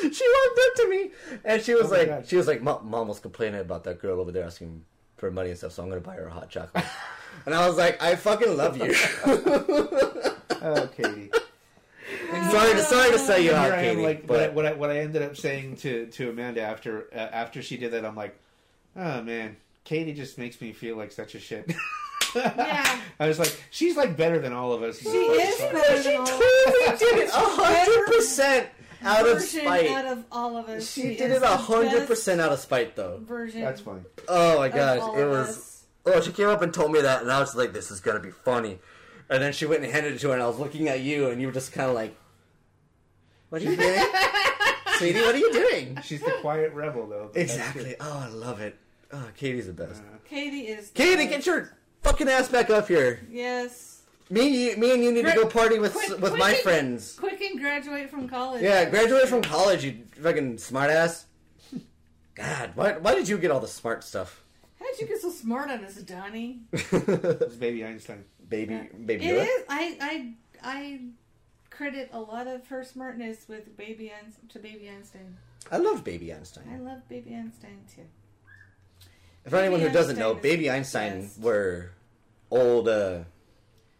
She walked up to me and she was Oh my like, God. she was like, "Mom, mom was complaining about that girl over there asking for money and stuff, so I'm gonna buy her a hot chocolate." and I was like, "I fucking love you." Oh, Katie. sorry to sorry to sell you And out, here I am, Katie. like but what, I, what I what I ended up saying to to Amanda after uh, after she did that. I'm like, oh man, Katie just makes me feel like such a shit. Yeah. I was like, she's like better than all of us. She is better. she totally did it a hundred percent out of version spite. out of all of us. she, She did is it the a hundred best percent out of spite, though. Version. That's funny. Oh my of gosh, all it of was. us. Oh, she came up and told me that, and I was like, "This is gonna be funny." And then she went and handed it to her, and I was looking at you, and you were just kind of like, "What are you doing, sweetie? What are you doing?" She's the quiet rebel though. but that's Exactly. good. Oh, I love it. Oh, Katie's the best. Katie is. the Katie, best. get your fucking ass back up here. Yes. Me, and you, me, and you need to go Gra- party with quick- with my quick. friends. Quick and graduate from college. Yeah, graduate from college, you fucking smartass. God, why why did you get all the smart stuff? How'd you get so smart on us, Donnie? It's baby Einstein. baby, baby. It Yoda? is. I I I credit a lot of her smartness with baby Einstein, to baby Einstein. I love Baby I Einstein. love baby Einstein too. For anyone who Baby doesn't know, Einstein is Baby the Einstein best. were old, uh,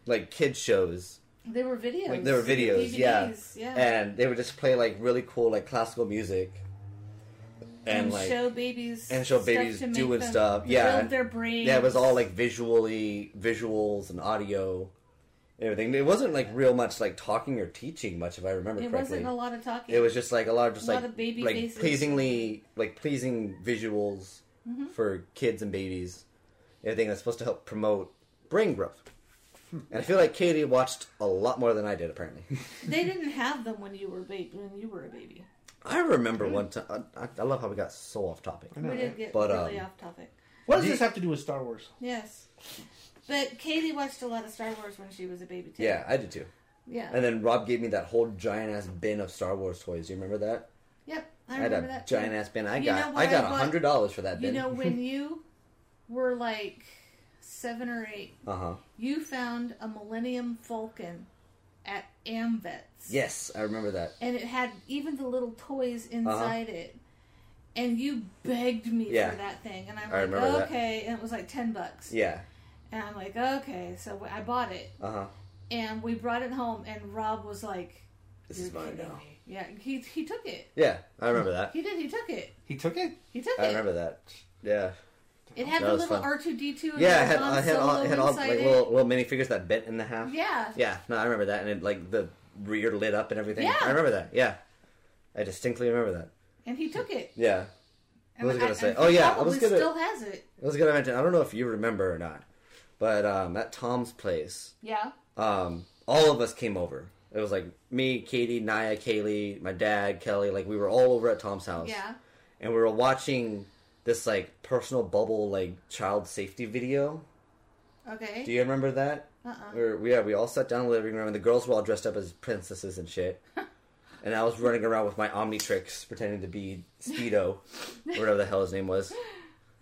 like kids shows. They were videos. Like, they were videos, yeah. DVDs, yeah. and they would just play like really cool, like classical music, and, And like show babies and show stuff babies to make doing them stuff, yeah. build their brains. yeah, it was all like visually visuals and audio, and everything. It wasn't like real much like talking or teaching much, if I remember It correctly. wasn't a lot of talking. It was just like a lot of just A lot like of baby like faces. pleasingly like pleasing visuals Mm-hmm. for kids and babies. Everything that's supposed to help promote brain growth. Hmm. And I feel like Katie watched a lot more than I did. Apparently, They didn't have them when you were baby. When you were a baby, I remember one time. I, I love how we got so off topic. know. we did get But, really um, off topic. What does this have to do with Star Wars? Yes, but Katie watched a lot of Star Wars when she was a baby too. Yeah, I did too. yeah. And then Rob gave me that whole giant ass bin of Star Wars toys. Do you remember that? yep, I I, had remember a that. too. giant ass bin. I You know got what I got I bought? hundred dollars for that You bin. know, when you were like seven or eight, uh huh. you found a Millennium Falcon at Amvets. Yes, I remember that. And it had even the little toys Uh-huh. inside it. And you begged me Yeah. for that thing. And I'm I like, remember that. okay. And it was like 10 bucks. Yeah. And I'm like, okay. So I bought it. Uh huh. And we brought it home. And Rob was like, This "You're is mine kidding now. me." Yeah. He, he took it. Yeah, I remember that. He did. He took it. He took it. He took I it. remember that. Yeah. It had That the was little fun. R two D two. Yeah, I had, I had all, I had all like little, little minifigures that bent in the half. Yeah. Yeah, no, I remember that. And it, like the rear lit up and everything. Yeah. I remember that. Yeah. I distinctly remember that. and he took it. Yeah. And was I gonna say? and Oh, yeah, I probably was gonna- still has it. I was going to mention, I don't know if you remember or not, but um, at Tom's place, Yeah, um, all of us came over. It was like me, Katie, Naya, Kaylee, my dad, Kelly. Like we were all over at Tom's house. yeah. and we were watching this like personal bubble like child safety video. Okay. Do you remember that? Uh-uh. Where we yeah, we all sat down in the living room and the girls were all dressed up as princesses and shit. and I was running around with my Omnitrix pretending to be Speedo, or whatever the hell his name was.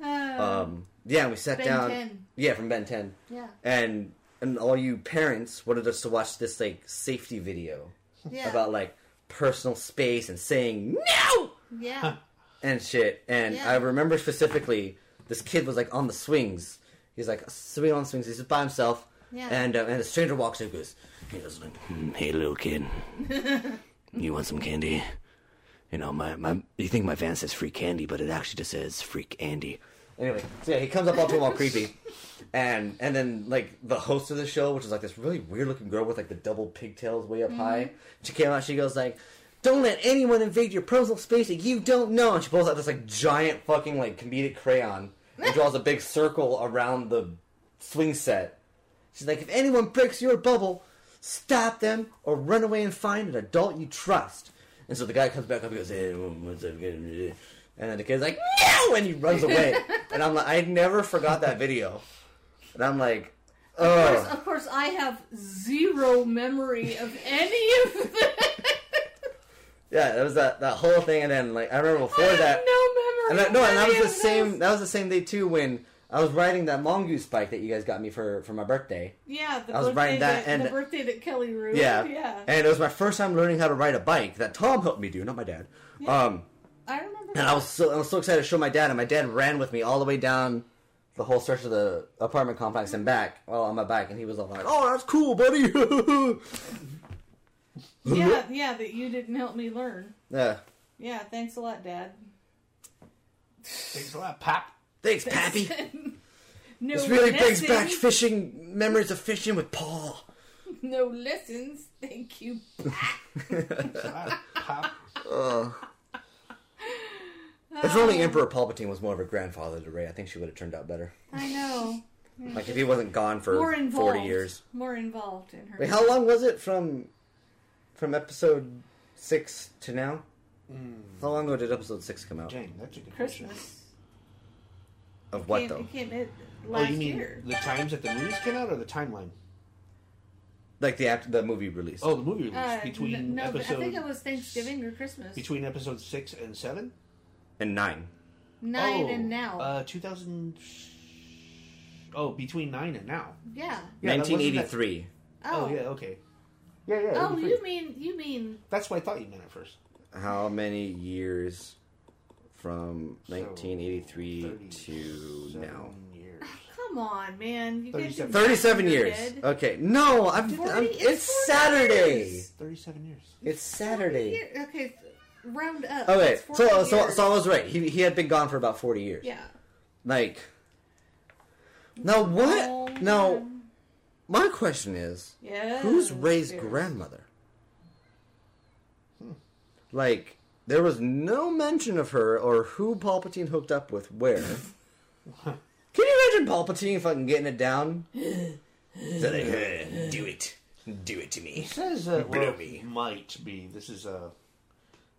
Uh, Um, yeah, and we sat Ben down. 10. Yeah, from Ben 10. yeah, And and all you parents wanted us to watch this like safety video yeah, about like personal space and saying no yeah. and shit. And Yeah. I remember specifically, this kid was like on the swings. He's like swing on swings. He's just by himself. Yeah. And uh, and a stranger walks in and goes, he goes like, "Hmm, "Hey little kid, you want some candy? You know my my you think my van says free candy, but it actually just says freak Andy." Anyway, so yeah, he comes up all to him all creepy. And and then like the host of the show, which is like this really weird looking girl with like the double pigtails way up high, she came out. She goes like, "Don't let anyone invade your personal space that you don't know." And she pulls out this like giant fucking like comedic crayon and draws a big circle around the swing set. She's like, "If anyone breaks your bubble, stop them or run away and find an adult you trust." And so the guy comes back up and goes, hey, what's up? And then the kid's like, no! And he runs away. and I'm like, I never forgot that video. And I'm like, Of course, oh. of course, I have zero memory of any of that. Yeah, it was that, that whole thing. And then, like, I remember I before have that. no And that, memory. no, of and that any was the of same. this. That was the same day too when I was riding that mongoose bike that you guys got me for for my birthday. Yeah, the I was birthday writing that that, and- the birthday that Kelly ruined. Yeah. Yeah, And it was my first time learning how to ride a bike that Tom helped me do, not my dad. Um, I remember. and I was so I was so excited to show my dad, and my dad ran with me all the way down the whole stretch of the apartment complex and back, well on my bike, and he was all like, "Oh, that's cool, buddy." yeah, yeah, that you didn't help me learn. yeah. Yeah, thanks a lot, Dad. Thanks a lot, Pop. Thanks, Pappy. No This really brings lessons. back fishing memories of fishing with Paul. No lessons. Thank you. Thanks a lot, Pop. If only Oh. Emperor Palpatine was more of a grandfather to Ray, I think she would have turned out better. I know. Like if he wasn't gone Mm. for More involved. forty years. More involved in her. Wait, how long was it from from episode six to now? Hmm. How long ago did episode six come out? Dang, that's a good question. Christmas. Of what Came- though? it came in Oh, last you mean year. the times that the movies came out or the timeline? Like the act, the movie release. Oh, the movie release Uh, between n- no, but episode I think it was Thanksgiving or Christmas. Between between episode six and seven. and nine. nine Oh, and now. Uh, two thousand. Oh, between nine and now. yeah. Yeah, that wasn't Nineteen eighty that- three. Oh. Oh, yeah, okay. Yeah, yeah. Oh, 83. you mean you mean That's what I thought you meant at first. How many years from So, nineteen eighty three to 37 now? Years. Come on, man. You guys are 37. Thirty-seven in your years. head. Okay, no, I'm. Forty- I'm it's it's 40 Saturday. years. Thirty-seven years. It's Saturday. Here- Okay, round up. Okay, It's 40 so so years. so I was right. He he had been gone for about forty years. yeah. Like, now what? Oh, now, man. my question is, yeah. who's Ray's grandmother? Hmm. Like, there was no mention of her or who Palpatine hooked up with where. Can you imagine Palpatine fucking getting it down? So like, "Uh, do it, do it to me. It says uh, well, Blow me. might be. This is uh,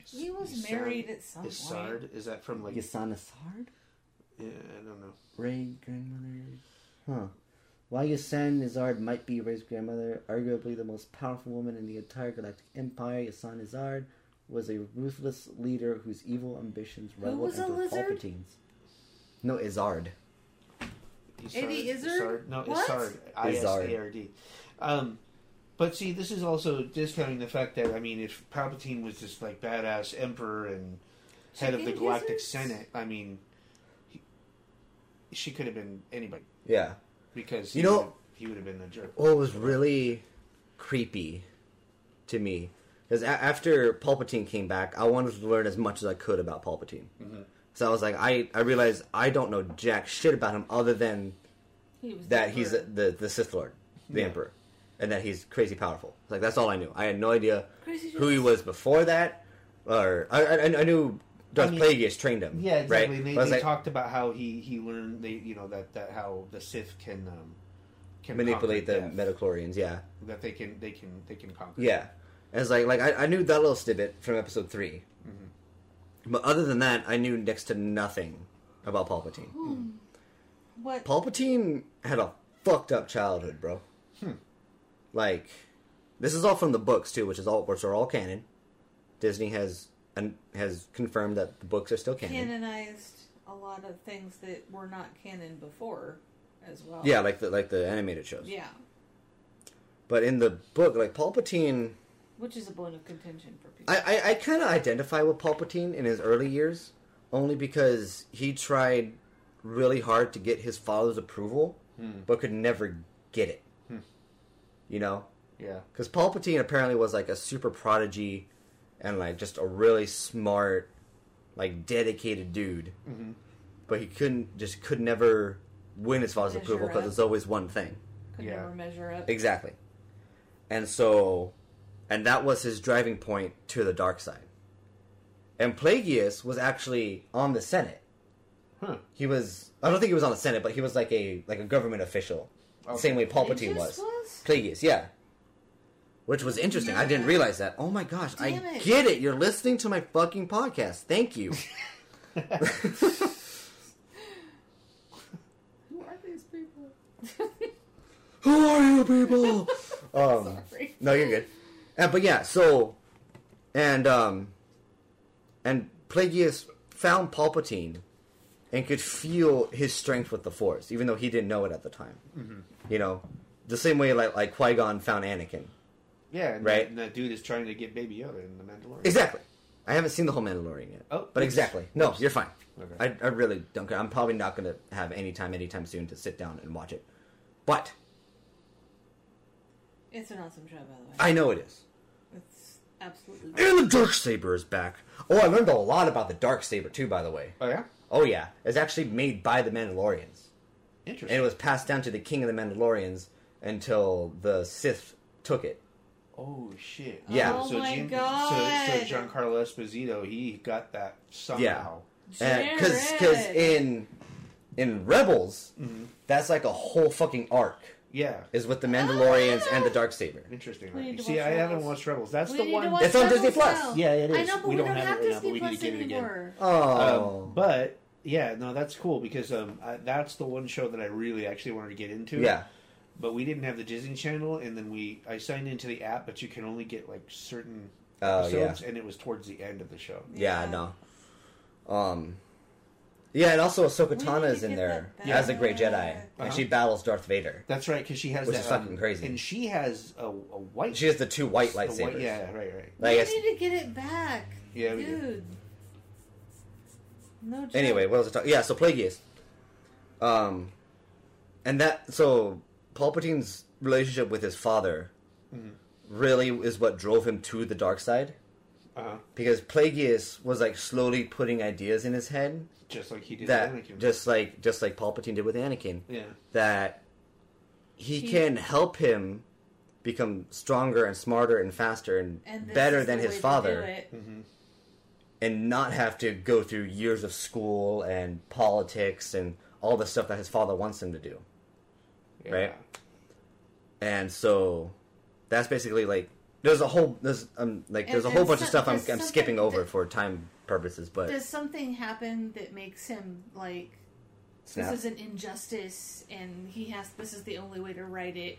He was Isard- married at some point. Isard? Is that from like? Yasana Sard, Yeah, I don't know. Ray grandmother. Huh. While Yasan Izard might be Ray's grandmother, arguably the most powerful woman in the entire Galactic Empire, Yasan Izard was a ruthless leader whose evil ambitions rivaled was a Emperor lizard? Palpatine's. No, Izard. Eddie Izzard? Izzard? No, What? Izzard. I S Izzard. A R D. Um, but see, this is also discounting the fact that I mean, if Palpatine was just like badass emperor and head of the Chicken Galactic gizzards? Senate, I mean, he, she could have been anybody Yeah. because You he know- would've- he would have been a jerk. What was really creepy to me is a- after Palpatine came back, I wanted to learn as much as I could about Palpatine. So I was like, I, I realized I don't know jack shit about him other than He was that the he's emperor. the the Sith Lord, the Yeah. Emperor, and that he's crazy powerful. Like that's all I knew. I had no idea Crazy who he Jedi. was before that, or I I, I knew Darth I mean- Plagueis trained him. Yeah, exactly. Right? They, But I was they like, talked about how he he learned they you know that that how the Sith can um can manipulate the conquer death, metachlorians. Yeah, that they can they can they can conquer. yeah. And it's like like I, I knew that little snippet from Episode 3 Mm-hmm. but other than that, I knew next to nothing about Palpatine. what? Palpatine had a fucked up childhood, bro. Like, this is all from the books too, which is all which are all canon. Disney has and has confirmed that the books are still canon. canonized a lot of things that were not canon before, as well. Yeah, like the like the animated shows. Yeah, But in the book, like Palpatine, which is a bone of contention for people. I I, I kind of identify with Palpatine in his early years, only because he tried really hard to get his father's approval, but could never get it. You know, yeah. because Palpatine apparently was like a super prodigy and like just a really smart, like dedicated dude. Mm-hmm. But he couldn't just could never win his father's Measure approval because up. it's always one thing. Could yeah. never measure up. Exactly. And so, and that was his driving point to the dark side. And Plagueis was actually on the Senate. Huh. He was I don't think he was on the Senate, but he was like a like a government official, Okay. same way Palpatine Plagueis was? Plagueis, yeah. which was interesting. I didn't realize that. Oh my gosh, Damn I it. get it. You're listening to my fucking podcast. Thank you. Who are these people? Who are you people? um, Sorry. no, you're good. Uh, but yeah, so and um and Plagueis found Palpatine and could feel his strength with the Force, even though he didn't know it at the time. You know, the same way like like Qui Gon found Anakin. Yeah, and Right. That, and that dude is trying to get Baby Yoda in the Mandalorian. Exactly. I haven't seen the whole Mandalorian yet. Oh, but oops. exactly. No, Oops. you're fine. Okay. I, I really don't care. I'm probably not going to have any time anytime soon to sit down and watch it. But It's an awesome show, by the way. I know it is. It's absolutely. And the dark saber is back. Oh, I learned a lot about the dark saber too, by the way. Oh yeah, Oh yeah, it's actually made by the Mandalorians, interesting. and it was passed down to the king of the Mandalorians until the Sith took it. oh shit. Yeah. Oh, my Gian- God. So, so Giancarlo Esposito, he got that somehow. Jared. Because in in Rebels, Mm-hmm. that's like a whole fucking arc Yeah. is with the Mandalorians and the dark saber. Interesting. We need Right? to See, watch I haven't Rebels. watched Rebels. That's we the need one. to watch It's on Rebels Disney Plus. now. Yeah, it I is. know, but We we, don't don't have have, it right now, Disney but we need Plus to get it again. anymore. Oh, Um, but yeah, no, that's cool because um, I, that's the one show that I really actually wanted to get into. yeah. But we didn't have the Disney Channel, and then we I signed into the app, but you can only get like certain Oh, yeah. episodes, and it was towards the end of the show. yeah, Yeah. no. Um, yeah, and also Ahsoka We Tana need is to in get there that as a back. Great Jedi, Uh-huh. and she battles Darth Vader. That's right, because she has Which that, um, is fucking crazy. and she has a, a white. She has the two white a lightsabers. white- yeah, right, right. Like, we it's- need to get it back. Yeah, we do. dude. No. Joke. Anyway, what was I talking? Yeah, so Plagueis. Um, and that so Palpatine's relationship with his father Mm-hmm. really is what drove him to the dark side Uh, because Plagueis was like slowly putting ideas in his head just like he did that with Anakin. just like just like Palpatine did with Anakin yeah, that he He- can help him become stronger and smarter and faster and, And this better is than the way his to father do it. and not have to go through years of school and politics and all the stuff that his father wants him to do. yeah. Right. And so that's basically like there's a whole there's um like And there's a whole there's bunch of some- stuff I'm, there's I'm something skipping over that- for time purposes, but Does something happen that makes him like snap. this is an injustice, and he has this is the only way to right it,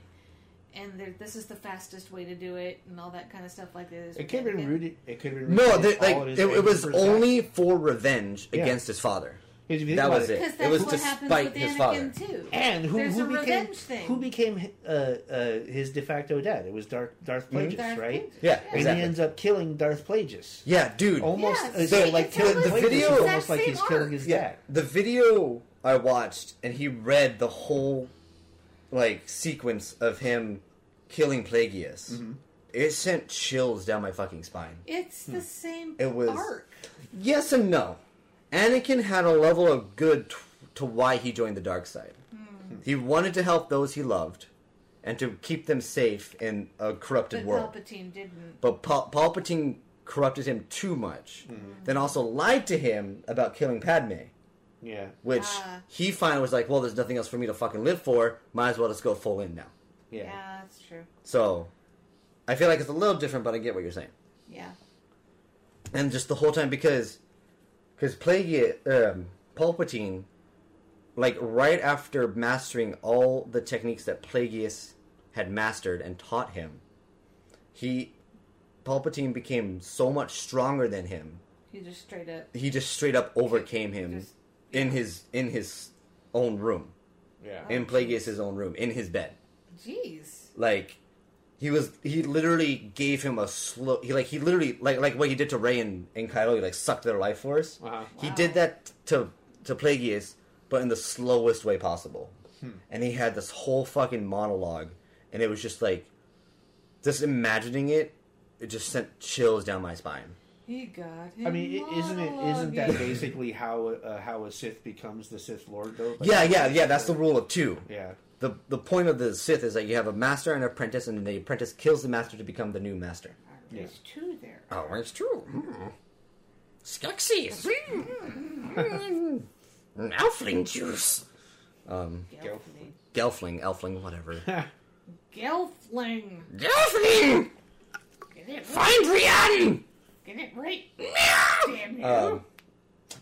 and there, this is the fastest way to do it, and all that kind of stuff like this. It could have been And- rooted. It could have been no, rooted they, in all like of it, his it anger was for his only for revenge Yeah. against his father. actions. Because if you think that about was it. Because that's was what to happens spite with his Anakin father. too. And who, There's who a became revenge thing. who became uh, uh, his de facto dad? It was Darth Darth Plagueis, Darth right? Plagueis. Yeah, And Mm-hmm. Exactly. he ends up killing Darth Plagueis. Yeah, dude. Almost Yeah, uh, see, so like it's killing almost Plagueis the is exact almost like same he's killing arc. his Yeah, dad. the video I watched, and he read the whole like sequence of him killing Plagueis. It sent chills down my fucking spine. It's Hmm. the same It was- arc. Yes and no. Anakin had a level of good t- to why he joined the dark side. Hmm. He wanted to help those he loved, and to keep them safe in a corrupted But world. Palpatine didn't. but Pal- Palpatine corrupted him too much. Then also lied to him about killing Padme. Yeah, which Ah. he finally was like, well, there's nothing else for me to fucking live for. Might as well just go full in now. yeah. Yeah, that's true. So, I feel like it's a little different, but I get what you're saying. Yeah. And just the whole time because, because Plague um, Palpatine, like right after mastering all the techniques that Plagueis had mastered and taught him, he, Palpatine became so much stronger than him. He just straight up. He just straight up overcame him Just- in his in his own room. yeah. in Plagueis' own room, in his bed. Jeez. Like he was, he literally gave him a slow. He like he literally like like what he did to Ray and, and Kylo. He like sucked their life force. Uh-huh. He Wow. did that to to Plagueis, but in the slowest way possible. And he had this whole fucking monologue, and it was just like, just imagining it, it just sent chills down my spine. He got him. I mean, i- isn't it? Isn't that monologuing. basically how uh, how a Sith becomes the Sith Lord though? Like- Yeah, yeah, yeah. That's the rule of two. yeah. The, the point of the Sith is that you have a master and an apprentice, and the apprentice kills the master to become the new master. There's two there. Oh, it's true. Mm. Skeksis. Mm. Elfling juice. Gelfling. Gelfling, Elfling, whatever. Gelfling. Daphne! Get it right. Find Rian! Get it right. Damn you. Um,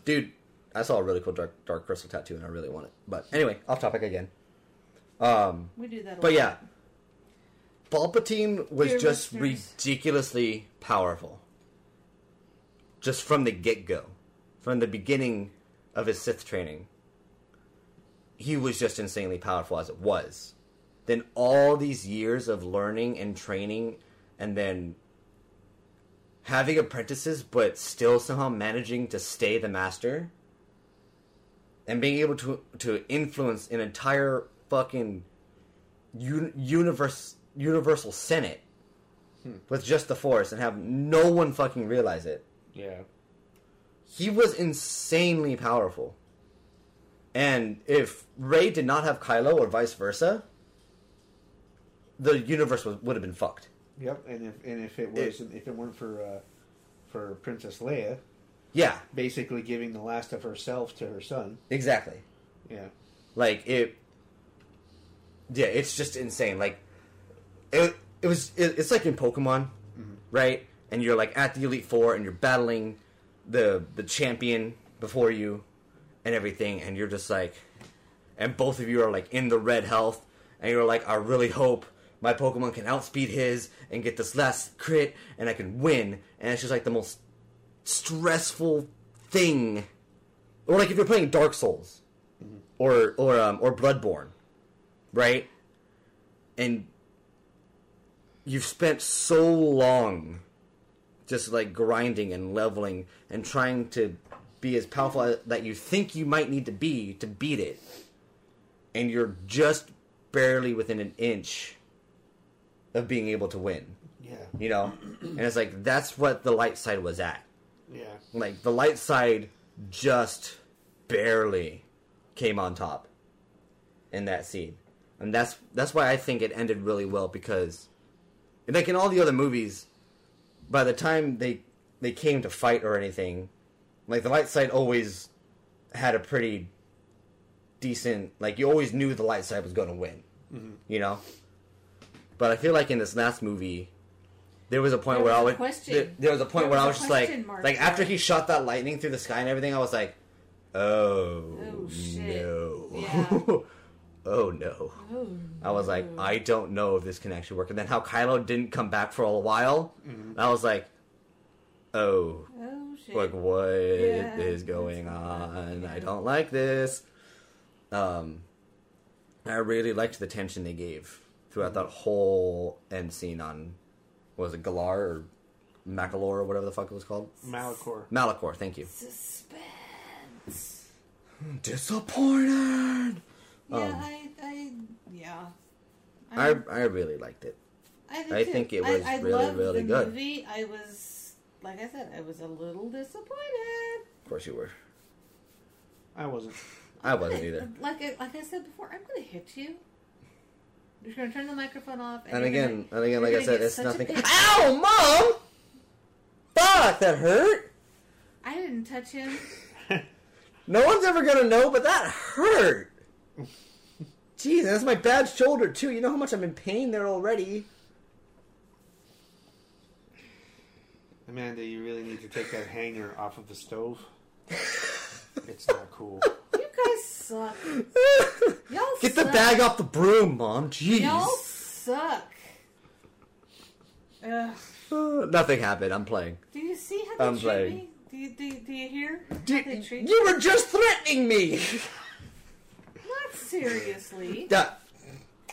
dude, I saw a really cool dark dark crystal tattoo, and I really want it. But anyway, off topic again. Um, we do that. A but lot. yeah, Palpatine was Dear just listeners. ridiculously powerful, just from the get go, from the beginning of his Sith training. He was just insanely powerful as it was. Then all these years of learning and training, and then having apprentices but still somehow managing to stay the master and being able to to influence an entire fucking un, universe universal senate with just the force and have no one fucking realize it Yeah. he was insanely powerful and if Rey did not have Kylo or vice versa the universe was, would have been fucked Yep. And if and if it was if it weren't for uh, for Princess Leia yeah basically giving the last of herself to her son. exactly Yeah. like it yeah it's just insane like it, it was it, it's like in pokemon right and you're like at the elite four and you're battling the the champion before you and everything and you're just like and both of you are like in the red health and you're like i really hope my pokemon can outspeed his and get this last crit and i can win and it's just like the most stressful thing or like if you're playing dark souls or or um, or Bloodborne, right? And you've spent so long just like grinding and leveling and trying to be as powerful as, that you think you might need to be to beat it, and you're just barely within an inch of being able to win. Yeah. You know, and it's like that's what the light side was at Yeah. like the light side just barely came on top in that scene and that's that's why i think it ended really well because like in all the other movies by the time they they came to fight or anything like the light side always had a pretty decent like you always knew the light side was going to win you know but i feel like in this last movie there was a point There where was i a would question. there, there was a point where There was i a was just question like mark like after there. he shot that lightning through the sky and everything i was like oh, Oh, shit. no Yeah. oh no Oh, I was like, I don't know if this can actually work. And then how Kylo didn't come back for a while, Mm-hmm. and I was like, oh, oh shit. like what is Yeah, going that's not on? good. I Yeah. don't like this. Um, I really liked the tension they gave throughout that Mm-hmm. whole end scene on what was it Galar or Macalor or whatever the fuck it was called. Mm. Malachor. Malachor, thank you. Suspense. Disappointed. Yeah, Um, I, I, yeah. I I really liked it. did I too. think it was I, I really, loved really the good. Movie. I was, like I said, I was a little disappointed. Of course you were. I wasn't. I wasn't either. Like, I- like I said before, I'm gonna hit you. You're gonna turn the microphone off. And you're again, and gonna- again, you're like I gonna said, get it's such a nothing. big- Ow, mom! Fuck, that hurt. I didn't touch him. No one's ever gonna know, but that hurt. Jeez, that's my bad shoulder too. You know how much I'm in pain there already. Amanda, you really need to take that hanger off of the stove. It's not cool. You guys suck. Y'all Get the suck. bag off the broom, mom. Jeez. Y'all suck. Ugh. Uh, nothing happened. I'm playing. Do you see how they I'm treat playing. me? Do you, do, you- do you hear? how Did- they treat you were just threatening me. Not seriously. That-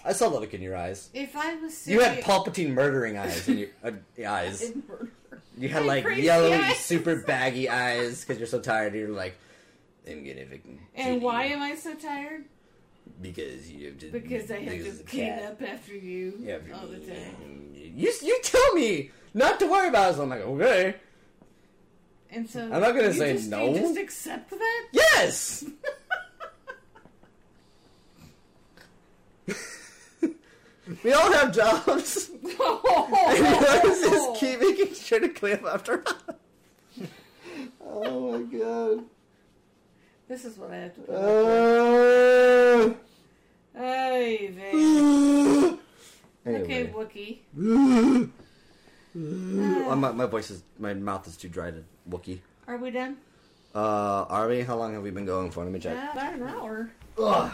I saw the look in your eyes. If I was You had serious, Palpatine murdering eyes in your uh, eyes. I'd murder. You had My like crazy yellow, eyes. super baggy eyes because you're so tired. You're like, I'm gonna fucking. kill And why you am I so tired? Because you have to. Because I have because to of the clean cat. up after you Yeah, if you- all the time. You you tell me not to worry about it. So I'm like, okay, And so I'm not gonna you say just, no. You just accept that. yes. we all have jobs. And Rose oh. is keep making sure to clean up after. oh my god. this is what I have to. Put up. Uh, Ay, vey. anyway, say Wookiee. Wookiee. Oh, my, my voice is my mouth is too dry to Wookiee. Are we done? Uh, Arby, how long have we been going for? Let me check. Yeah, about an hour Ugh,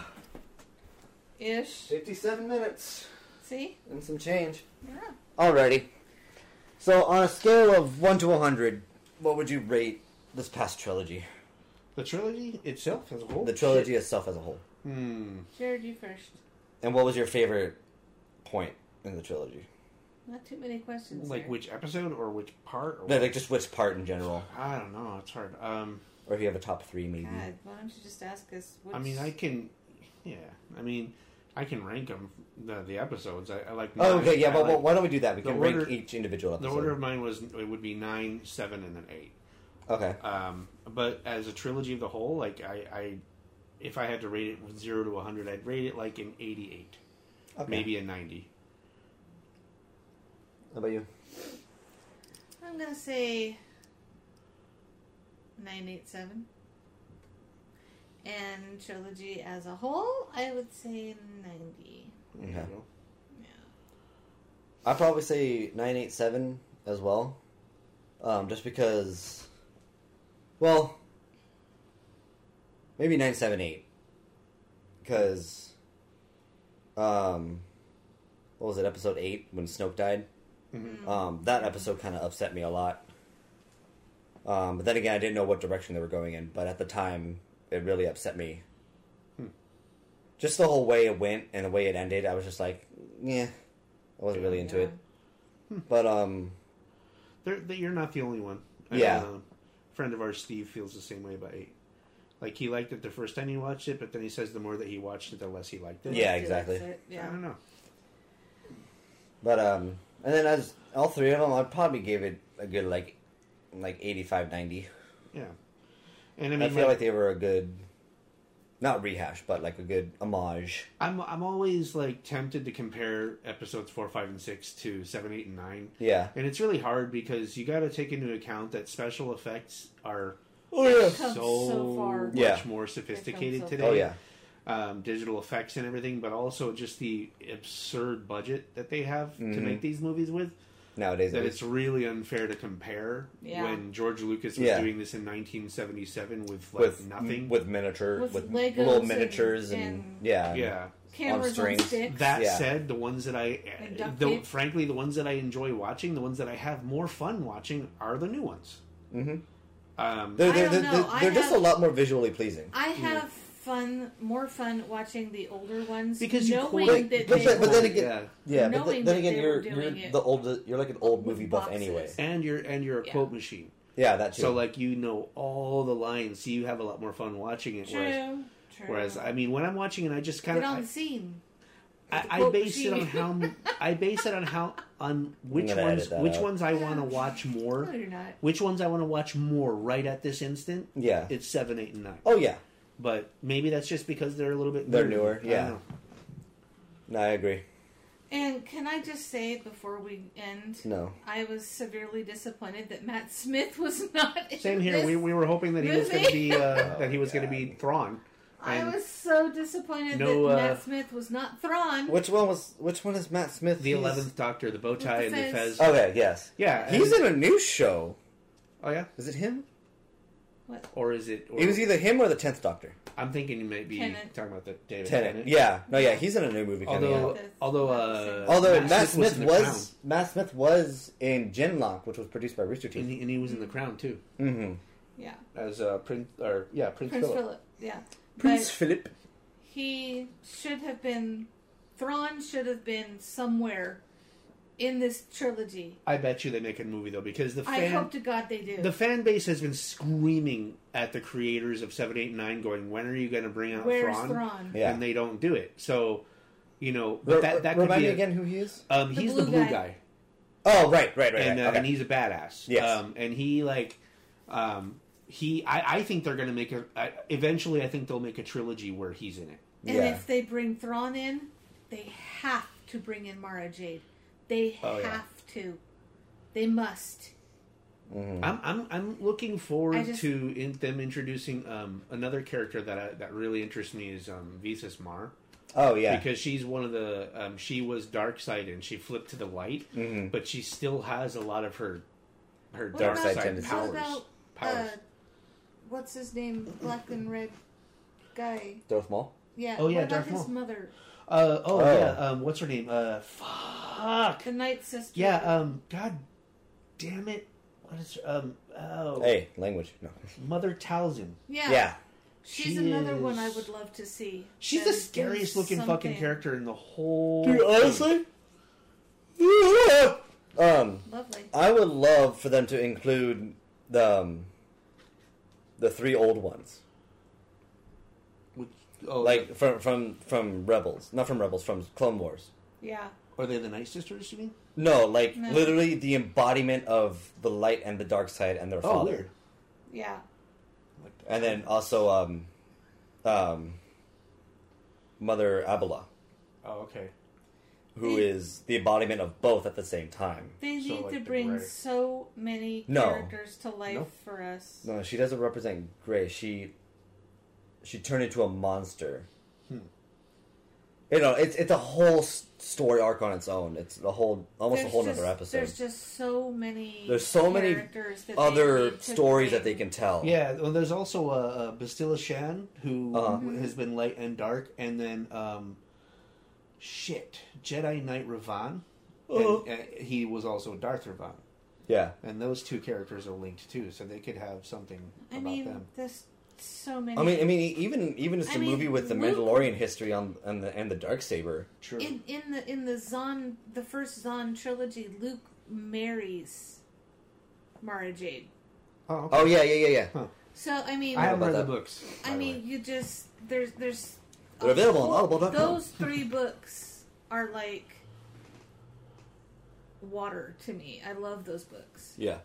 ish. fifty-seven minutes See? and some change. Yeah. Alrighty. So on a scale of one to hundred, what would you rate this past trilogy? The trilogy itself as a whole. The trilogy itself as a whole. Oh, Shit. Hmm. Jared, you first. And what was your favorite point in the trilogy? Not too many questions. Like there. which episode or which part? Or No, like just which part in general, I don't know. It's hard. Um. or if you have a top three, maybe. God, why don't you just ask us? Which... I mean, I can. Yeah. I mean, I can rank them the, the episodes. I, I like. Oh, nine. okay, yeah. I Well, like- well, why don't we do that? We the can rank order- each individual episode. the order of mine was it would be nine, seven, and then eight. Okay. Um, but as a trilogy of the whole, like I, I, if I had to rate it with zero to hundred, I'd rate it like an eighty-eight, okay. maybe a ninety. How about you? I'm gonna say nine eight seven. And trilogy as a whole, I would say ninety. There you Okay. go. Yeah. I'd probably say 987 as well. Um, just because. Well. Maybe 978. Because. Um, what was it, episode 8 when Snoke died? Um, that episode kind of upset me a lot. Um, but then again, I didn't know what direction they were going in, but at the time, it really upset me. Just the whole way it went and the way it ended, I was just like, yeah, I wasn't really into it. But um, They're, they, you're not the only one. Yeah. um, a friend of ours, Steve, feels the same way about eight. Like he liked it the first time he watched it, but then he says the more that he watched it, the less he liked it. Yeah, Let's do that exactly. shit, I Yeah. don't know. but um, and then as all three of them, I probably gave it a good like, like 85, 90. Yeah, and I I, mean, feel like, like they were a good, not rehash, but like a good homage. I'm I'm always like tempted to compare episodes four, five, and six to seven, eight, and nine. Yeah. And it's really hard because you got to take into account that special effects are Oh yeah. Come so, so far. much Yeah. more sophisticated They've come so today. Oh yeah. Um, digital effects and everything, but also just the absurd budget that they have to make these movies with. Nowadays, That Mm-hmm. it it's really unfair to compare Yeah. when George Lucas was Yeah. doing this in 1977 with like with nothing. with miniature With with, Legos little and- miniatures and, and- yeah yeah. Cameras on, strings. sticks. That Yeah. said, the ones that I, eh, And duct the, tape. frankly, the ones that I enjoy watching, the ones that I have more fun watching, are the new ones. Mm-hmm. Um, they're, they're, I don't they're, know. they're, I they're just a have- lot more visually pleasing I have fun, more fun watching the older ones Because you knowing correlate- that but, they but, but then were again Yeah. yeah, but Knowing th- that then again they you're were doing you're it the old you're like an old movie buff boxes. anyway and you're and you're a Yeah. quote machine. yeah that too So like you know all the lines, so you have a lot more fun watching it. Whereas, true. True. whereas I mean, when I'm watching it, I just kind get of on the I, scene. I, I quote base it on machine. how I base it on how on which gonna edit ones that which out. ones I want to watch more, No, you're not. which ones I want to watch more right at this instant. Yeah. it's seven, eight, and nine. oh yeah But maybe that's just because they're a little bit They're newer, I don't yeah. know. no I agree And can I just say before we end, no I was severely disappointed that Matt Smith was not. In Same here. This. We, we were hoping that he was going to movie. be uh, that he was Oh, going to be God. Thrawn. I And was so disappointed No, that uh, Matt Smith was not Thrawn. which one was which one is Matt Smith the He's- eleventh Doctor, the bow tie, With and the the fez. fez. okay yes Yeah, Uh, he's and- in a new show Oh yeah, is it him What? or is it? Or, it was either him or the tenth Doctor I'm thinking you might be Tenet. talking about the David Tennant yeah no yeah he's in a new movie coming out. Although, although, That's not the uh, same. Although Matt, in Smith, The was, Crown. Matt Smith was in Genlock, which was produced by Rooster and Teeth. he, and he was in the Crown too, Mm-hmm. Yeah, as uh, Prince or yeah, Prince, Prince Philip. Philip. Yeah, Prince but Philip. he should have been. Thrawn should have been somewhere in this trilogy. I bet you they make a movie though because the I fan hope to God they do. the fan base has been screaming at the creators of Seven Eight Nine, going, "When are you going to bring out Where's Thrawn?" Thrawn? Yeah. And they don't do it. So, you know, but that that could Remind be me a- again who he is. Um, The he's blue the blue guy. guy, Oh, right, right, right. and, uh, right. Okay. and he's a badass. Yes. Um, and he like, um, he. I, I think they're gonna make a. I, eventually, I think they'll make a trilogy where he's in it. And yeah. if they bring Thrawn in, they have to bring in Mara Jade. They Oh, have yeah. to. They must. Mm. I'm, I'm I'm looking forward I just- to uh, in, them introducing um, another character that I, that really interests me is um, Visas Mar. Oh yeah. because she's one of the um, she was dark side and she flipped to the light but she still has a lot of her her Dark dark side side, tendencies. powers What about powers uh, what's his name? Black and red guy. Darth Maul. Yeah. Oh, yeah, What about Darth his Maul. mother? uh, oh, Oh. yeah um, what's her name uh, fuck The Night Sister. yeah um god damn it what is um oh Hey, language. No. mother talzin Yeah. Yeah. She's She another one I is- would love to see. she's That the is doing scariest looking something. fucking character in the whole Dude, thing. honestly. Yeah. Um, Lovely. I would love for them to include the um, the three old ones, Which, oh, like from from from Rebels, not from Rebels, from Clone Wars. Yeah. are they the night sisters you mean No, like No. literally the embodiment of the light and the dark side and their oh father. weird Yeah. And then also um, um, Mother Abela, oh okay who The- is the embodiment of both at the same time. They So, need like, to the bring gray. so many No. characters to life No. for us. No, she doesn't represent Gray. She she turned into a monster. You know, it's it's a whole s- story arc on its own. It's a whole almost a whole just, nother episode. There's just so many. There's so many characters that they Other need to stories that they bring. can tell. Yeah, well, there's also uh, uh, Bastilla Shan, who Uh-huh. has been light and dark, and then um, shit, Jedi Knight Ravan. Uh-huh. And, uh, he was also Darth Ravan, yeah. and those two characters are linked too, so they could have something I about mean, them. there's so many. I mean, I mean, even even just I the mean, movie with the Luke- Mandalorian history on and the and the dark saber. True. in in the in the Zon the first Zon trilogy, Luke marries Mara Jade. oh, okay. Oh yeah, yeah, yeah, yeah. Huh. So I mean, I haven't about read the that. books. by I the mean, way. you just there's there's They're available on Oh, Audible.com. Those three books are like water to me. I love those books. Yeah.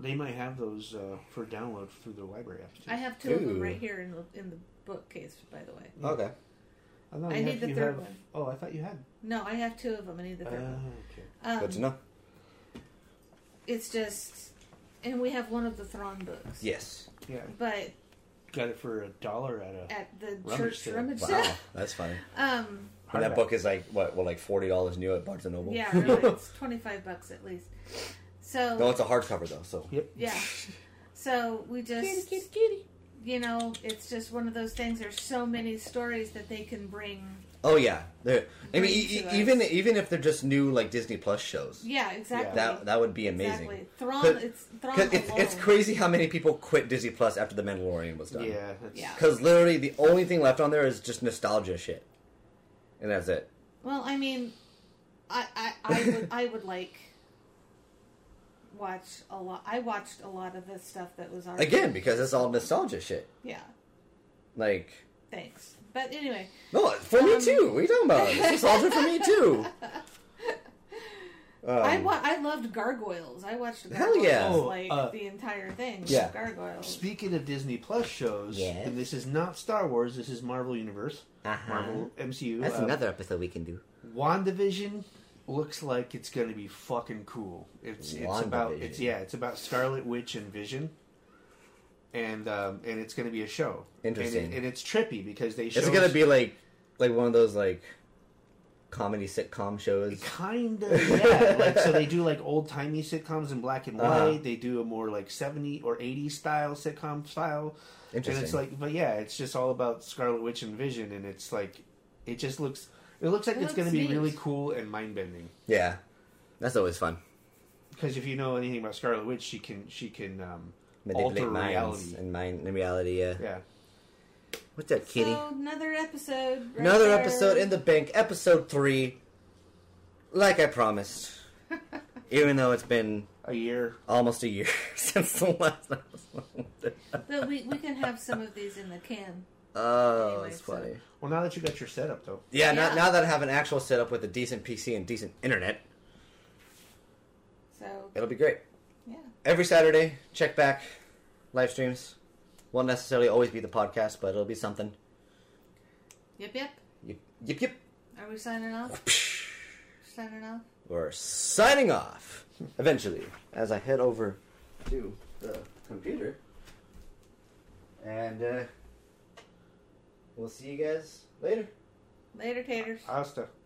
they might have those uh, for download through their library app. Too. I have two of them Ooh. right here in the in the bookcase. By the way, Okay. I, thought I you need had- the you third have- one. Oh, I thought you had. no, I have two of them. I need the Oh, third one. okay. Um, Good to know. It's just, and we have one of the Thrawn books. Yes. Yeah, But got it for a dollar at a. at the Rummage church sale. rummage Wow, sale. that's funny. Um, And that hardback. book is like what, well, like forty dollars new at Barnes and Noble. yeah, really, it's twenty five bucks at least. So no, it's a hardcover though. So Yep. yeah, so we just you know, it's just one of those things. There's so many stories that they can bring. Oh yeah, They're, I mean, Bring e- to e- us. even even if they're just new like Disney Plus shows, Yeah, exactly. that that would be amazing. Exactly. Thrawn, 'Cause- it's Thrawn 'Cause it's, alone. it's crazy how many people quit Disney Plus after The Mandalorian was done. Yeah. That's, Yeah. Because literally the only thing left on there is just nostalgia shit, and that's it. Well, I mean, I I, I would I would like watch a lot. I watched a lot of the stuff that was already Again, because it's all nostalgia shit. Yeah, Like, thanks. But anyway, no, for me Um. too. What are you talking about? It's nostalgia for me too. Um, I wa- I loved Gargoyles. I watched Hell Gargoyles yeah. Oh, like uh, the entire thing. yeah. Gargoyles. Speaking of Disney Plus shows, Yes. and this is not Star Wars, this is Marvel Universe, Uh-huh. Marvel MCU. That's uh, another episode we can do. WandaVision looks like it's going to be fucking cool. It's it's about WandaVision. it's yeah, it's about Scarlet Witch and Vision. And um, and it's going to be a show. Interesting. And, it- and it's trippy because they show Is it gonna be like like one of those like comedy sitcom shows? Kind of, yeah. like, so they do like old timey sitcoms in black and white. Uh-huh. They do a more like seventy or eighty style sitcom style. Interesting. And it's like, but yeah, it's just all about Scarlet Witch and Vision, and it's like, it just looks, it looks like It it's going to looks be neat. really cool and mind bending. Yeah, that's always fun. Because if you know anything about Scarlet Witch, she can, she can um, Manipulate alter minds reality. and mind in reality. Yeah. Yeah, What's up, kitty? So another episode. right Another there. episode in the bank. Episode three, like I promised. Even though it's been a year. almost a year since the last episode. But we we can have some of these in the can. Oh, Anyway, that's so- funny. Well, now that you got your setup, though, Yeah, Yeah. Now, now that I have an actual setup with a decent PC and decent internet, So it'll be great. yeah, every Saturday, check back live streams. Won't necessarily always be the podcast, but it'll be something. yep, yep. Yip, yip, yip. Are we signing off? signing off. We're signing off eventually as I head over to the computer and uh, We'll see you guys later. Later, taters. Hasta.